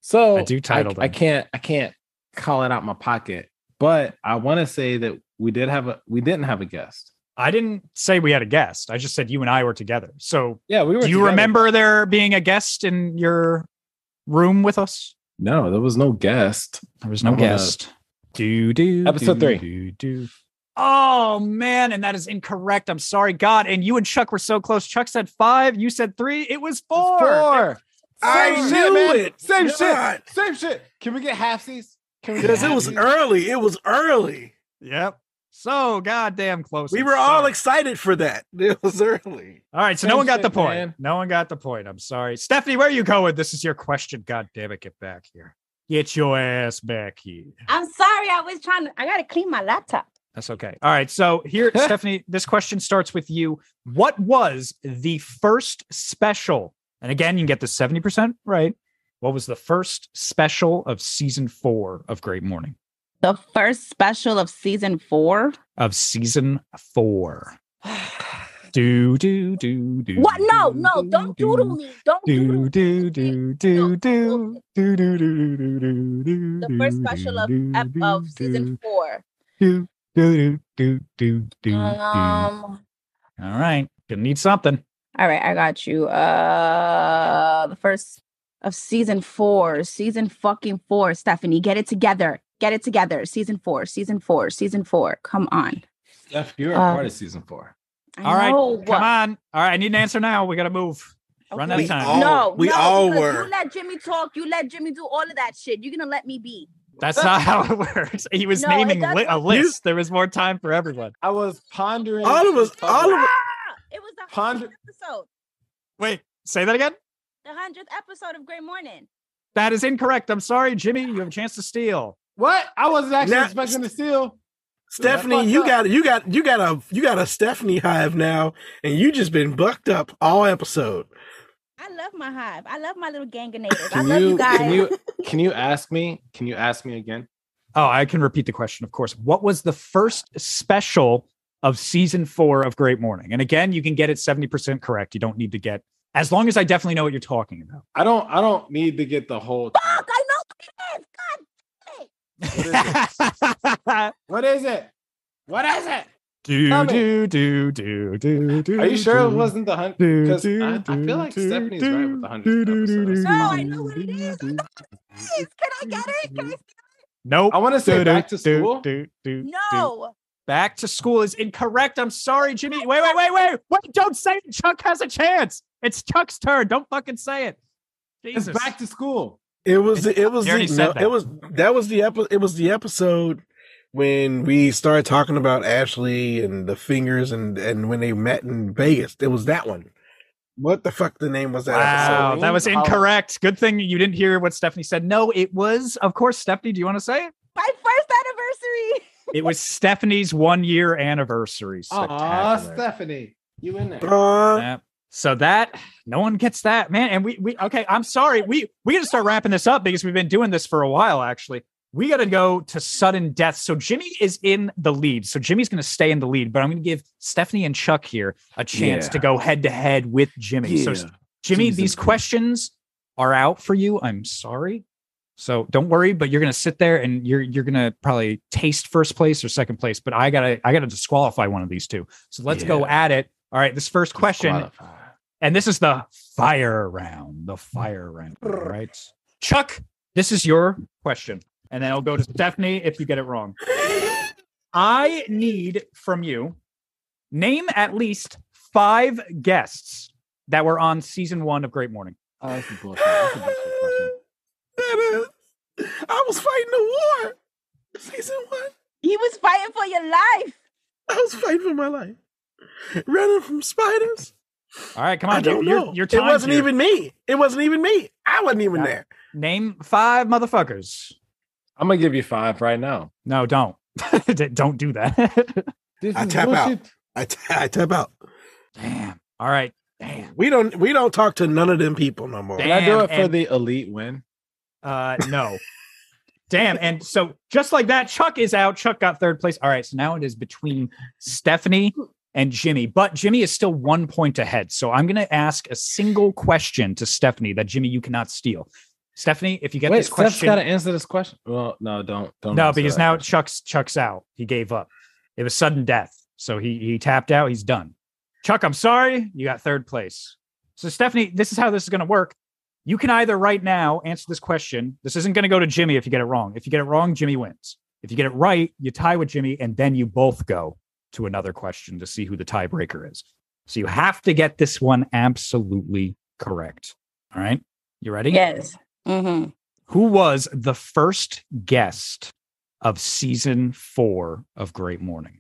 D: So
A: I do title
D: I
A: them.
D: can't. I can't call it out my pocket. But I want to say that we did have a. We didn't have a guest.
A: I didn't say we had a guest. I just said you and I were together. So
D: Yeah, we were.
A: do you
D: together.
A: remember there being a guest in your room with us?
D: No, there was no guest.
A: There was
D: I
A: no
D: wanna-
A: guest. Do do do,
D: Episode three.
A: Do, do. Oh man, and that is incorrect. I'm sorry, God. And you and Chuck were so close. Chuck said five, you said three. It was four.
D: Four.
C: I
D: Same
C: knew
D: man.
C: it.
D: Same
C: God.
D: shit. Same shit. Can we get halfsies? Can we get
C: Because it was
D: halfsies?
C: early. It was early.
A: Yep. So goddamn close.
C: We
A: I'm
C: were all
A: sorry.
C: excited for that. It was early.
A: all right. So no
D: Same
A: one got the
D: shit,
A: point.
D: man.
A: No one got the point. I'm sorry, Stephanie. Where are you going? This is your question. God damn it, get back here. Get your ass back here.
B: I'm sorry. I was trying to. I gotta clean my laptop.
A: That's okay. All right. So
B: [laughs]
A: here, Stephanie, this question starts with you. What was the first special? And again, you can get the 70% right. What was the first special of season four of Great Morning?
B: The first special of season four.
A: Of season
B: [sighs]
A: four. Do, do, do, do.
B: What? No, no, don't doodle me. Don't doodle
A: Do,
B: [laughs]
A: do, do,
B: me.
A: do, do, do, do, do, do, do, do, do.
B: The first special of ep- of season four.
A: Do, do, do, do, do, do. All
B: Um.
A: right. Gonna need something.
B: All right, I got you. Uh the first of season four, season fucking four, Stephanie. Get it together. Get it together. Season four, season four, season four. Come on.
D: Steph, you're a
B: Um,
D: part of season four.
B: I
A: All right,
B: know.
A: Come on. All right. I need an answer now. We got to move. Run out
B: Okay.
A: of time.
C: all-
B: no,
C: we
B: no,
C: all
B: because
C: were.
B: You let Jimmy talk. You let Jimmy do all of that shit. You're gonna let me be.
A: That's not how it works. He was
B: No, it
A: naming
B: doesn't
A: li- a
B: work.
A: list. There was more time for everyone.
D: I was pondering.
C: All of us- all of-
B: Ah! It was the hundredth
D: Ponder-
B: episode.
A: Wait, say that again.
B: The hundredth episode of Grey Morning.
A: That is incorrect. I'm sorry, Jimmy. You have a chance to steal.
D: What? I wasn't actually
C: Now-
D: expecting to steal.
C: Stephanie,
D: fucked
C: you
D: up.
C: got you got you got a you got a Stephanie hive now, and you just been bucked up all episode.
B: I love my hive. I love my little gang of natives. I
D: Can
B: love
D: you,
B: you guys.
D: can you can you ask me? Can you ask me again?
A: Oh, I can repeat the question, of course. What was the first special of season four of Great Morning? And again, you can get it 70% correct. You don't need to get, as long as I definitely know what you're talking about.
D: I don't I don't need to get the whole
B: Fuck, I know what it is. God.
D: [laughs]
A: [laughs]
D: What is it? What is it?
A: do,
D: Tell me.
A: do, do, do, do, do.
D: Are you sure it
A: do.
D: wasn't the hundred?
A: Do,
D: Because
A: do,
D: I, I
A: do,
D: feel like
A: do,
D: Stephanie's
A: do,
D: right with the
A: do,
D: hundred
A: do, do,
D: episodes.
A: do,
B: No, I know what it is.
A: do,
B: I know what it is. Can I get it? Can I
A: Nope.
D: I want to say back to school.
A: Do, do, do, do.
B: No.
A: Back to school is incorrect. I'm sorry, Jimmy. Wait, wait, wait, wait. Wait, don't say it. Chuck has a chance. It's Chuck's turn. Don't fucking say it.
D: It's
A: Jesus.
D: back to school.
C: It was the, it was
A: You already
C: the,
A: said
C: no,
A: that.
C: it was that was the epi- it was the episode when we started talking about Ashley and the fingers and and when they met in Vegas. It was that one. What the fuck the name was that
A: wow,
D: So
A: that was
D: mean. How-
A: incorrect. Good thing you didn't hear what Stephanie said. No, it was, of course, Stephanie. Do you want to say it?
B: My first anniversary.
A: It was Stephanie's one year anniversary.
D: Aw,
A: Spectacular.
D: Stephanie, you in there?
C: episode? [laughs] Uh,
A: Yeah. So that no one gets that, man. And we we okay, I'm sorry. We we gotta start wrapping this up because we've been doing this for a while, actually. We gotta go to sudden death. So Jimmy is in the lead. So Jimmy's gonna stay in the lead, but I'm gonna give Stephanie and Chuck here a chance
D: Yeah.
A: to go head to head with Jimmy. So Jimmy,
D: Jimmy's in
A: these
D: the lead.
A: questions are out for you. I'm sorry. So don't worry, but you're gonna sit there and you're you're gonna probably taste first place or second place. But I gotta I gotta disqualify one of these two. So let's go
D: Yeah.
A: at it. All right, this first question
D: Disqualified.
A: and this is the fire round, the fire round, all right? Chuck, this is your question. And then I'll go to Stephanie if you get it wrong. I need from you name at least five guests that were on season one of Great Morning.
D: Oh, that's a bullshit. That's a bullshit question.
C: that is, I was fighting the war. Season one.
B: He was fighting for your life.
C: I was fighting for my life, running from spiders.
A: All right, come
C: I
A: on.
C: don't
A: your,
C: know.
A: Your, your
C: it
A: time's
C: wasn't
A: here.
C: even me. It wasn't even me. I wasn't even
A: Yeah.
C: there.
A: name five motherfuckers.
D: I'm gonna give you five right now.
A: No, don't. [laughs] D- don't do that. [laughs]
D: This
C: I
D: is
C: tap out.
D: bullshit.
C: I, t- I tap out.
A: Damn. All right. Damn.
C: We don't we don't talk to none of them people no more.
D: Can I do
A: Damn,
D: it for
A: and-
D: the elite win?
A: Uh, no. Damn. And so just like that, Chuck is out. Chuck got third place. All right. So now it is between Stephanie and Jimmy, but Jimmy is still one point ahead. So I'm going to ask a single question to Stephanie that Jimmy, you cannot steal. Stephanie, if you get
D: Wait,
A: this
D: Steph's
A: question,
D: gotta answer this question. Well, no, don't don't.
A: no,
D: answer
A: because
D: that
A: now
D: question.
A: Chuck's Chuck's out. He gave up. It was sudden death. So he he tapped out. He's done. Chuck, I'm sorry. You got third place. So Stephanie, this is how this is going to work. You can either right now answer this question. This isn't going to go to Jimmy if you get it wrong. If you get it wrong, Jimmy wins. If you get it right, you tie with Jimmy, and then you both go to another question to see who the tiebreaker is. So you have to get this one absolutely correct. All right. You ready?
B: Yes. Mm-hmm.
A: Who was the first guest of season four of Great Morning?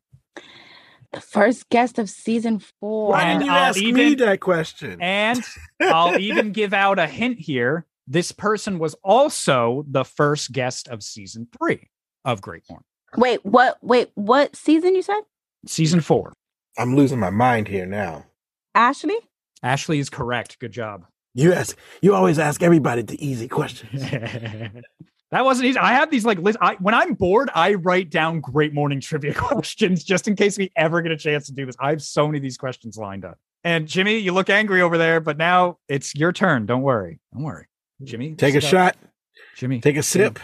B: The first guest of season four.
C: Why
A: And
C: didn't you
A: I'll
C: ask me
A: even-
C: that question?
A: And I'll even give out a hint here. This person was also the first guest of season three of Great Morning,
B: Wait, what? Wait, what season you said?
A: season four.
C: I'm losing my mind here now.
B: Ashley?
A: Ashley is correct. Good job.
C: You ask. You always ask everybody the easy
A: [laughs]
C: questions.
A: that wasn't easy. I have these like list. I, when I'm bored, I write down great morning trivia [laughs] questions just in case we ever get a chance to do this. I have so many of these questions lined up. And Jimmy, you look angry over there, but now it's your turn. Don't worry. Don't worry. Jimmy,
C: Take a
A: sit up.
C: shot.
A: Jimmy,
C: Take
B: [laughs]
C: a sip.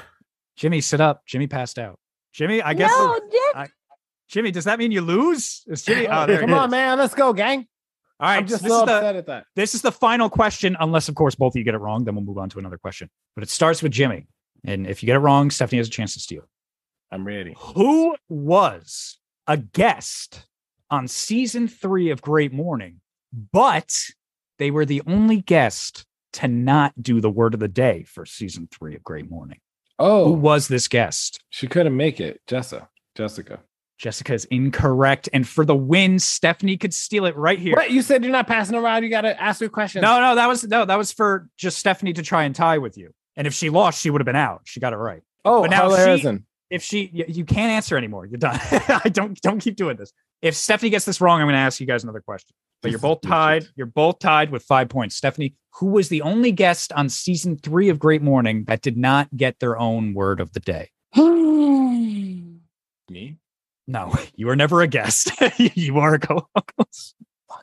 A: Jimmy, sit up. Jimmy passed out. Jimmy, I guess.
B: No, Dick.
A: Jimmy, does that mean you lose? Is Jimmy? Oh, there
D: Come
A: it is.
D: on, man. Let's go, gang.
A: All right,
D: I'm just
A: so this is
D: so
A: the
D: upset at that.
A: This is the final question, unless, of course, both of you get it wrong. Then we'll move on to another question. But it starts with Jimmy. And if you get it wrong, Stephanie has a chance to steal.
D: I'm ready.
A: Who was a guest on season three of Great Morning, but they were the only guest to not do the word of the day for season three of Great Morning? Who
D: Oh,
A: was this guest?
D: she couldn't make it. Jessa. Jessica.
A: Jessica is incorrect. And for the win, Stephanie could steal it right here.
D: What? You said you're not passing around. You got to ask her questions.
A: No, no, that was no, that was for just Stephanie to try and tie with you. And if she lost, she would have been out. She got it right.
D: Oh,
A: But now
D: Harlan
A: she-
D: Harrison.
A: if she y- you can't answer anymore you're done [laughs] i don't don't keep doing this if stephanie gets this wrong i'm going to ask you guys another question but you're
D: This is
A: both
D: bullshit.
A: tied you're both tied with five points stephanie who was the only guest on season three of great morning that did not get their own word of the day
B: Hmm.
D: Me?
A: no [laughs] you were never a guest [laughs] you are a co-host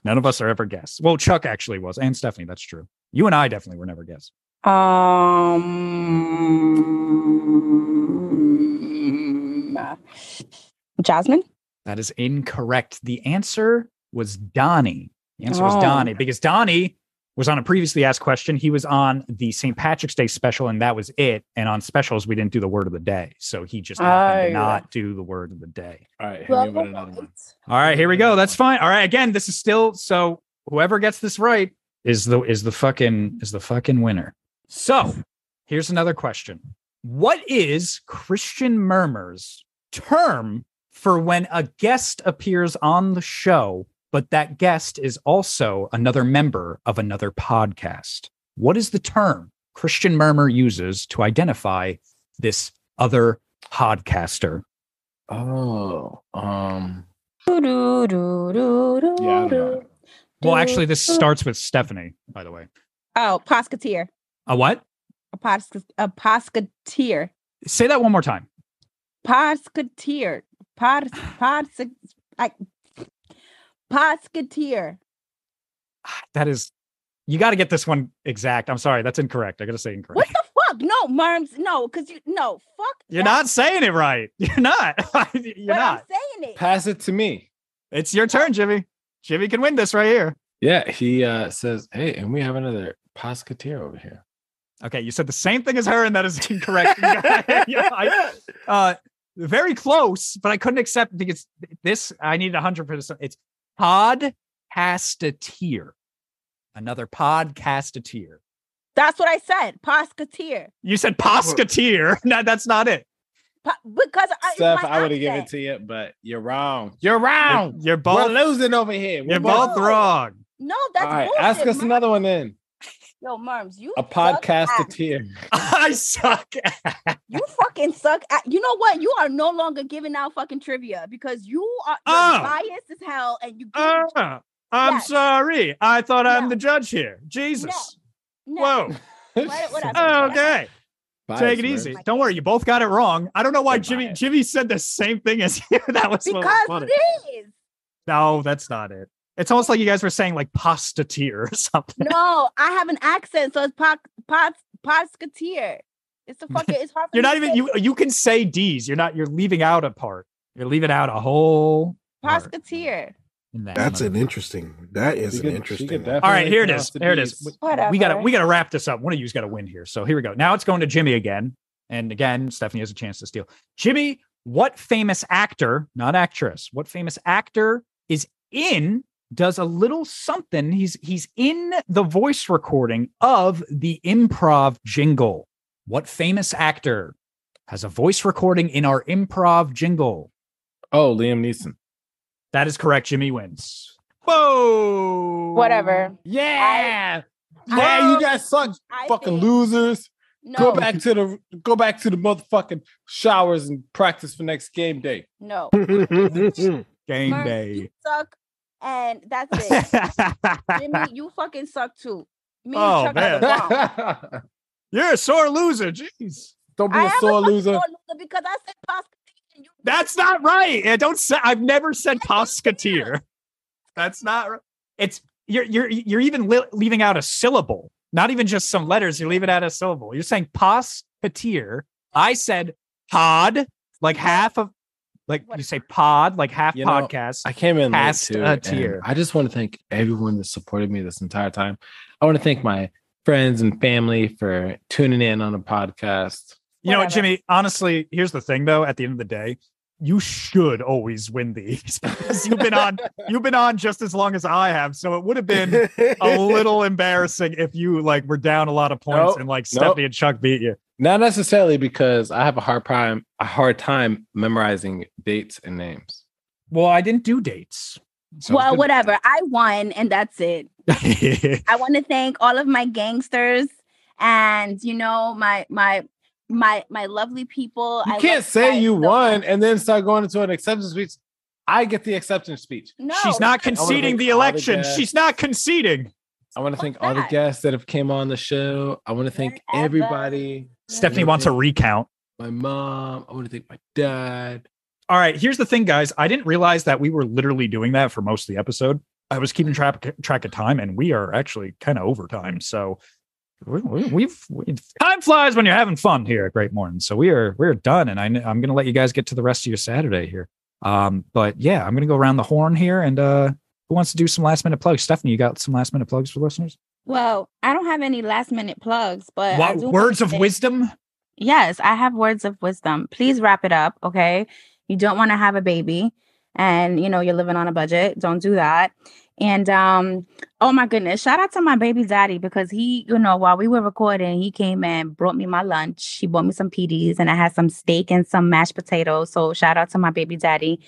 A: none of us are ever guests well chuck actually was and stephanie that's true you and i definitely were never guests
B: [gasps] um, Jasmine?
A: That is incorrect. The answer was Donnie. The answer was
B: Oh.
A: Donnie because Donnie was on a previously asked question. He was on the St. Patrick's Day special, and that was it. And on specials, we didn't do the word of the day. So he just happened to
B: Oh.
A: not do the word of the day.
D: All right. Hit me with another one.
B: Well,
A: All right, here we go. That's fine. All right, again, this is still so whoever gets this right is the is the fucking is the fucking winner. So, here's another question. What is Christian Murmurs term for when a guest appears on the show but that guest is also another member of another podcast? What is the term Christian Murmur uses to identify this other podcaster?
D: Oh, um, Yeah, I don't know.
B: actually.
A: Well, actually this
B: Uh,
A: starts with Stephanie, by the way.
B: Oh, posketeer.
A: A what?
B: A, pos- a posketeer.
A: Say that one more time. [sighs]
B: Posketeer.
D: [sighs]
B: Pod, pod, I, posketeer.
A: That is, you got to get this one exact. I'm sorry, that's incorrect. I got to say incorrect.
B: What the fuck? No, Merms. No, because you, no, fuck.
A: You're
B: that.
A: not saying it right. [laughs] You're not. You're
B: But
A: not.
B: I'm saying it.
D: pass it to me.
A: It's your turn, Jimmy. Jimmy can win this right here.
D: Yeah, he uh says, "Hey, and we have another posketeer over here."
A: Okay, you said the same thing as her, and that is [laughs] incorrect. Yeah,
C: [laughs]
A: I- uh, very close, but I couldn't accept because this I needed 100. percent It's podcastateer, another podcastateer.
B: That's what I said. Posketeer.
A: You said posketeer. [laughs] No, that's not it.
B: Po- because I, it's
D: Steph,
B: my
D: I would have given it
B: accent.
D: to you, but you're wrong. You're wrong.
A: You're
D: We're
A: both.
D: losing over here. We're
A: You're both
B: both-
A: wrong.
B: No,
D: All
B: that's
D: right,
B: bullshit.
D: ask us
B: Merms.
D: another one then.
B: Yo, Merms, you
D: A
B: suck ass.
D: [laughs] podcasteer.
A: I suck.
B: You fucking suck. At, you know what? You are no longer giving out fucking trivia because you are you're
A: Oh.
B: biased as hell, and you.
D: Uh,
B: give
A: [laughs] Ah, I'm
B: Yes.
A: sorry. I thought I'm
B: No.
A: the judge here. Jesus.
B: no.
A: Whoa.
B: What- what happened?
A: Oh,
B: Bias,
A: okay.
D: Bias,
A: Take it
D: man.
A: easy. Don't worry. You both got it wrong. I don't know why
D: You're
A: Jimmy
D: biased.
A: Jimmy said the same thing as [laughs] you. that was what was
B: because
A: funny.
B: it is.
A: No, that's not it. It's almost like you guys were saying like pasta tier or [laughs] something.
B: No, I have an accent, so it's pod, pod, posketeer. It's a fucking. It's hard. For
A: You're
B: me
A: not
B: to
A: even
B: say
A: you you can say D's. You're not you're leaving out a part. You're leaving out a whole part
B: posketeer.
A: in that
C: That's
A: mother-
C: an interesting. That is
D: She
C: an
D: could- she
C: interesting.
D: could
C: one.
A: All right,
D: definitely
A: here it
D: cross
A: is.
D: the
A: Here it is.
D: Ds.
B: Whatever.
A: we gotta we gotta wrap this up. One of you's gotta win here. So here we go. Now it's going to Jimmy again. And again, Stephanie has a chance to steal. Jimmy, What famous actor, not actress, what famous actor is in does a little something. He's he's in the voice recording of the improv jingle. What famous actor has a voice recording in our improv jingle?
D: Oh, Liam Neeson.
A: That is correct. Jimmy wins. Whoa.
B: Whatever.
D: Yeah.
B: I-
D: yeah, you guys suck,
B: I
D: fucking
B: think-
D: losers.
B: No,
D: Go back to the go back to the motherfucking showers and practice for next game day.
B: No,
C: [laughs]
A: Game
B: Merv, you [laughs]
A: day.
B: suck, and that's it.
A: [laughs]
B: Jimmy, you fucking suck too. Me and
A: Oh,
B: Chuck
A: man.
B: are the
A: [laughs]
B: bomb.
A: You're a sore loser. Jeez.
D: [laughs] Don't be
B: I
D: a
B: am a
D: sore
B: fucking
D: loser.
B: sore loser because I said Basketeer. and you-
A: That's not right. I don't say I've never said posketeer. That's not right. It's you're you're you're even li- leaving out a syllable. Not even just some letters. You're leaving out a syllable. You're saying posketeer. I said pod, like half of, like you say pod, like half
D: You know,
A: podcast.
D: I came in late
A: Past
D: too,
A: a
D: and
A: tier.
D: I just want to thank everyone that supported me this entire time. I want to thank my friends and family for tuning in on the podcast.
A: you know, what,
B: whatever.
A: Jimmy. Honestly, here's the thing, though. At the end of the day, you should always win these [laughs] because you've been on you've been on just as long as I have. So it would have
C: [laughs]
A: been
D: [laughs]
A: a little embarrassing if you like were down a lot of points
D: Nope,
A: and like
D: nope.
A: Stephanie and Chuck beat you.
D: Not necessarily because I have a hard time a hard time memorizing dates and names.
A: Well, I didn't do [laughs] dates.
B: well, whatever. I won, and that's it. I want to thank all of my gangsters, and you know my my my my lovely people.
D: You
B: I
D: can't
B: love
D: say
B: guys
D: you
B: so
D: won
B: much.
D: and then start going into an acceptance speech. I get the acceptance speech.
B: No,
A: She's not conceding
D: thank
A: the
D: all the
A: election.
D: guests.
A: She's not conceding.
D: I want to
B: Fuck
D: thank all the
B: that.
D: guests that have came on the show. I want to thank
B: Wherever.
D: everybody.
A: Stephanie wants a recount.
D: My mom. I want to thank my dad.
A: All right, here's the thing, guys. I didn't realize that we were literally doing that for most of the episode. I was keeping track track of time, and we are actually kind of over time. So we, we, we've, we time flies when you're having fun here at Great Morning. So we are we're done, and I, kn- I'm going to let you guys get to the rest of your Saturday here. Um, but yeah, I'm going to go around the horn here, and uh, who wants to do some last minute plugs? Stephanie, you got some last minute plugs for listeners?
B: Well, I don't have any last minute plugs, but Uh, I
A: What,
B: do wanna
A: words of
B: say-
A: wisdom?
B: Yes, I have words of wisdom. Please wrap it up, okay? You don't want to have a baby and you know you're living on a budget. Don't do that. And um oh my goodness, shout out to my baby daddy because he, you know, while we were recording, he came and brought me my lunch. He bought me some PDs and I had some steak and some mashed potatoes. So shout out to my baby daddy.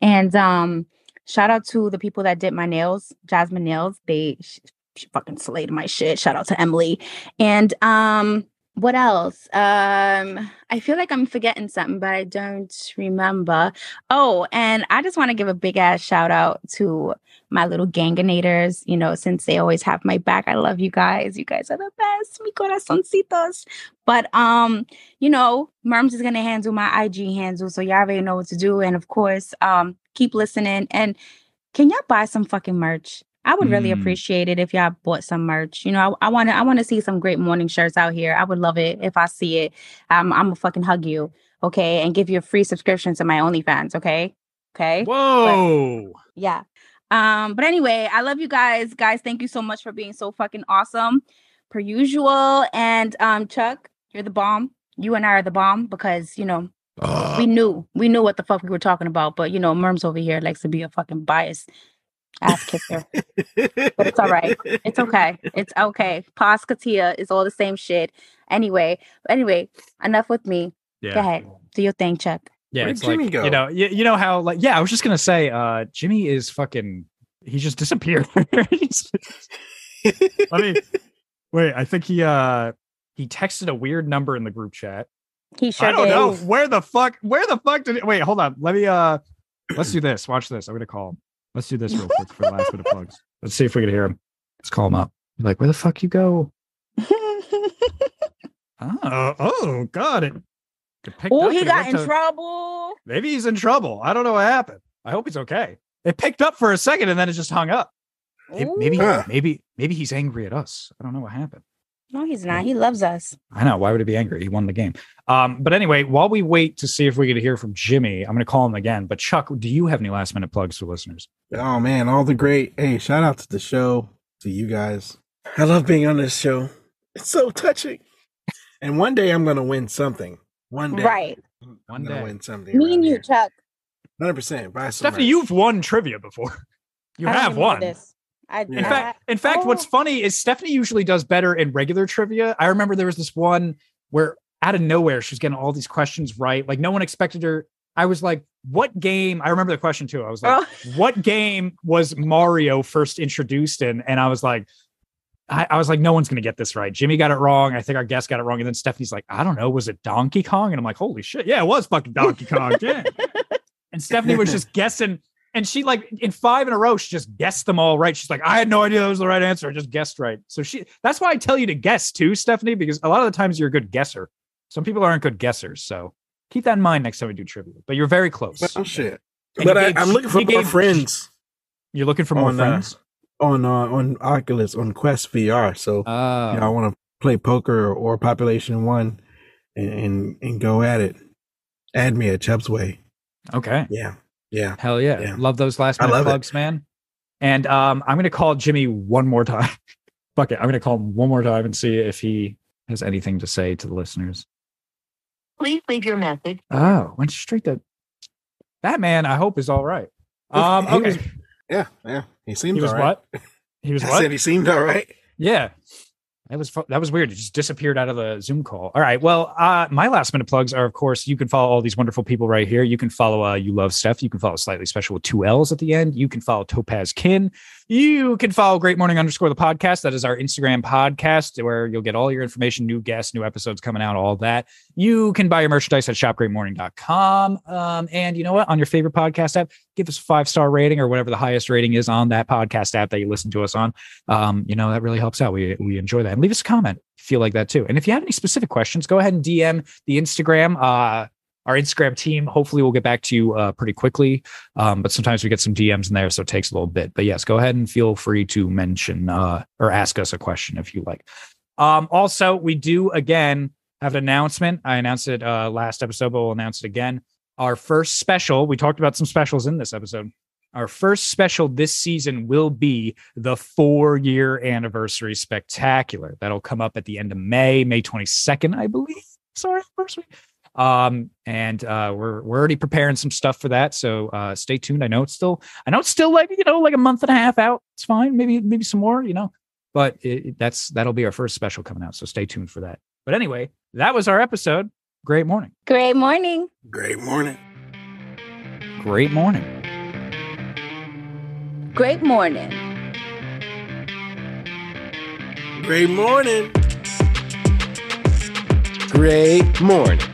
B: And um shout out to the people that did my nails, Jasmine Nails. They she, she fucking slayed my shit. Shout out to Emily. And um what else? Um, I feel like I'm forgetting something, but I don't remember. Oh, and I just want to give a big ass shout out to my little ganganators, you know, since they always have my back. I love you guys. You guys are the best. Mi corazoncitos. But um, you know, Merms is gonna handle my IG handle, so y'all already know what to do. And of course, um, keep listening. And can y'all buy some fucking merch? I would really
A: Mm.
B: appreciate it if y'all bought some merch. You know, I want to I want to see some great morning shirts out here. I would love it if I see it. Um, I'm gonna fucking hug you, okay, and give you a free subscription to my OnlyFans, okay? Okay.
A: Whoa.
B: Yeah. Um, but anyway, I love you guys. Guys, thank you so much for being so fucking awesome per usual. And um, Chuck, you're the bomb. You and I are the bomb because you know
A: Uh.
B: we knew we knew what the fuck we were talking about, but you know, Merms over here likes to be a fucking biased ass kisser.
C: but
B: it's all right. it's okay. It's okay. Pos Katia is all the same shit. Anyway, but anyway, enough with me.
A: Yeah.
B: Go ahead. Do your thing, Chuck.
A: Yeah,
C: Where'd
A: it's
C: Jimmy
A: like
C: go?
A: you know, you, you know how like yeah, I was just gonna say, uh, Jimmy is fucking. He just disappeared. [laughs] He's- Let me wait. I think he uh he texted a weird number in the group chat.
B: He sure
A: I don't
B: did.
A: know where the fuck where the fuck did it, wait. Hold on. Let me uh let's do this. Watch this. I'm gonna call him. Let's do this real quick for the last bit of plugs. Let's see if we can hear him. Let's call him up. Like where the fuck you go? [laughs] Oh, oh, got it. It picked
B: oh,
A: up
B: he
A: and
B: got
A: went
B: in
A: to-
B: trouble.
A: Maybe he's in trouble. I don't know what happened. I hope he's okay. It picked up for a second and then it just hung up. Maybe, maybe,
C: Huh.
A: maybe, maybe he's angry at us. I don't know what happened.
B: No, he's not. He loves us.
A: I know. Why would he be angry? He won the game. Um, but anyway, while we wait to see if we could hear from Jimmy, I'm going to call him again. But Chuck, do you have any last minute plugs for listeners?
C: Oh man, all the great hey, shout out to the show, to you guys. I love being on this show. It's so touching. And one day I'm gonna win something. One day,
B: Right.
A: One
C: I'm gonna
A: day.
C: win someday.
B: Me and you, Chuck.
C: hundred percent. Buy some
A: Stephanie,
C: merch.
A: you've won trivia before. [laughs] You
B: I don't
A: have
B: even know
A: won.
B: This. I,
C: In
A: In
B: I-
A: fact, in fact, what's
B: Oh.
A: funny is Stephanie usually does better in regular trivia. I remember there was this one where out of nowhere she was getting all these questions right. Like no one expected her. I was like, "What game?" I remember the question too. I was like,
B: oh,
A: "What game was Mario first introduced in?" And I was like, I, "I was like, no one's gonna get this right." Jimmy got it wrong. I think our guest got it wrong. And then Stephanie's like, "I don't know. Was it Donkey Kong?" And I'm like, "Holy shit! Yeah, it was fucking Donkey
C: [laughs]
A: Kong." Yeah. and Stephanie was just guessing. And she like in five in a row, she just guessed them all right. She's like, I had no idea that was the right answer. I just guessed right. So she that's why I tell you to guess too, Stephanie, because a lot of the times you're a good guesser. Some people aren't good guessers. So keep that in mind next time we do trivia. But you're very close.
C: Well, shit.
A: And
C: But
A: you
C: I,
A: gave-
C: I'm looking for
A: you
C: more
A: gave-
C: friends
A: You're looking for more
C: on, uh,
A: friends.
C: on uh, on Oculus on Quest VR. So
A: Uh,
C: I want to play poker or, or Population One, and, and and go at it. Add me at Chubb's Way.
A: okay.
C: Yeah, yeah.
A: Hell yeah.
C: Yeah.
A: Love those last
C: I
A: minute
C: love it.
A: plugs, man. And um, I'm gonna call Jimmy one more time. [laughs] Fuck it. I'm gonna call him one more time and see if he has anything to say to the listeners.
E: Please leave your message.
A: Oh, went straight to that man. I hope is all right. Um,
C: [laughs] He
A: okay,
C: was- Yeah, yeah. He seems
A: he was
C: all right.
A: what? He was
C: [laughs] I said
A: what?
C: he seemed all right.
A: Yeah, that was fu- that was weird. It just disappeared out of the Zoom call. All right. Well, uh, my last minute plugs are, of course, you can follow all these wonderful people right here. You can follow uh, you love Steph. You can follow slightly special with two L's at the end. You can follow Topaz Kin. You can follow Great Morning underscore the podcast. That is our Instagram podcast where you'll get all your information, new guests, new episodes coming out, all that. You can buy your merchandise at shopgreatmorning.com. Um, and you know what? On your favorite podcast app, give us a five star rating or whatever the highest rating is on that podcast app that you listen to us on. Um, you know, that really helps out. We, we enjoy that. And leave us a comment. if you Feel like that too. And if you have any specific questions, go ahead and DM the Instagram. Uh, our Instagram team, hopefully, we'll get back to you uh, pretty quickly. Um, but sometimes we get some DMs in there, so it takes a little bit. But yes, go ahead and feel free to mention uh, or ask us a question if you like. Um, also, we do again have an announcement. I announced it uh, last episode, but we'll announce it again. Our first special, we talked about some specials in this episode. Our first special this season will be the four year anniversary spectacular. That'll come up at the end of May, May 22nd, I believe. Sorry, first week um and uh we're we're already preparing some stuff for that so uh stay tuned i know it's still i know it's still like you know like a month and a half out it's fine maybe maybe some more you know but it, it- that's that'll be our first special coming out so stay tuned for that but anyway that was our episode great morning
B: [laughs] great morning.
C: Great morning.
A: great morning
B: Great morning.
C: Great morning.
D: Great morning.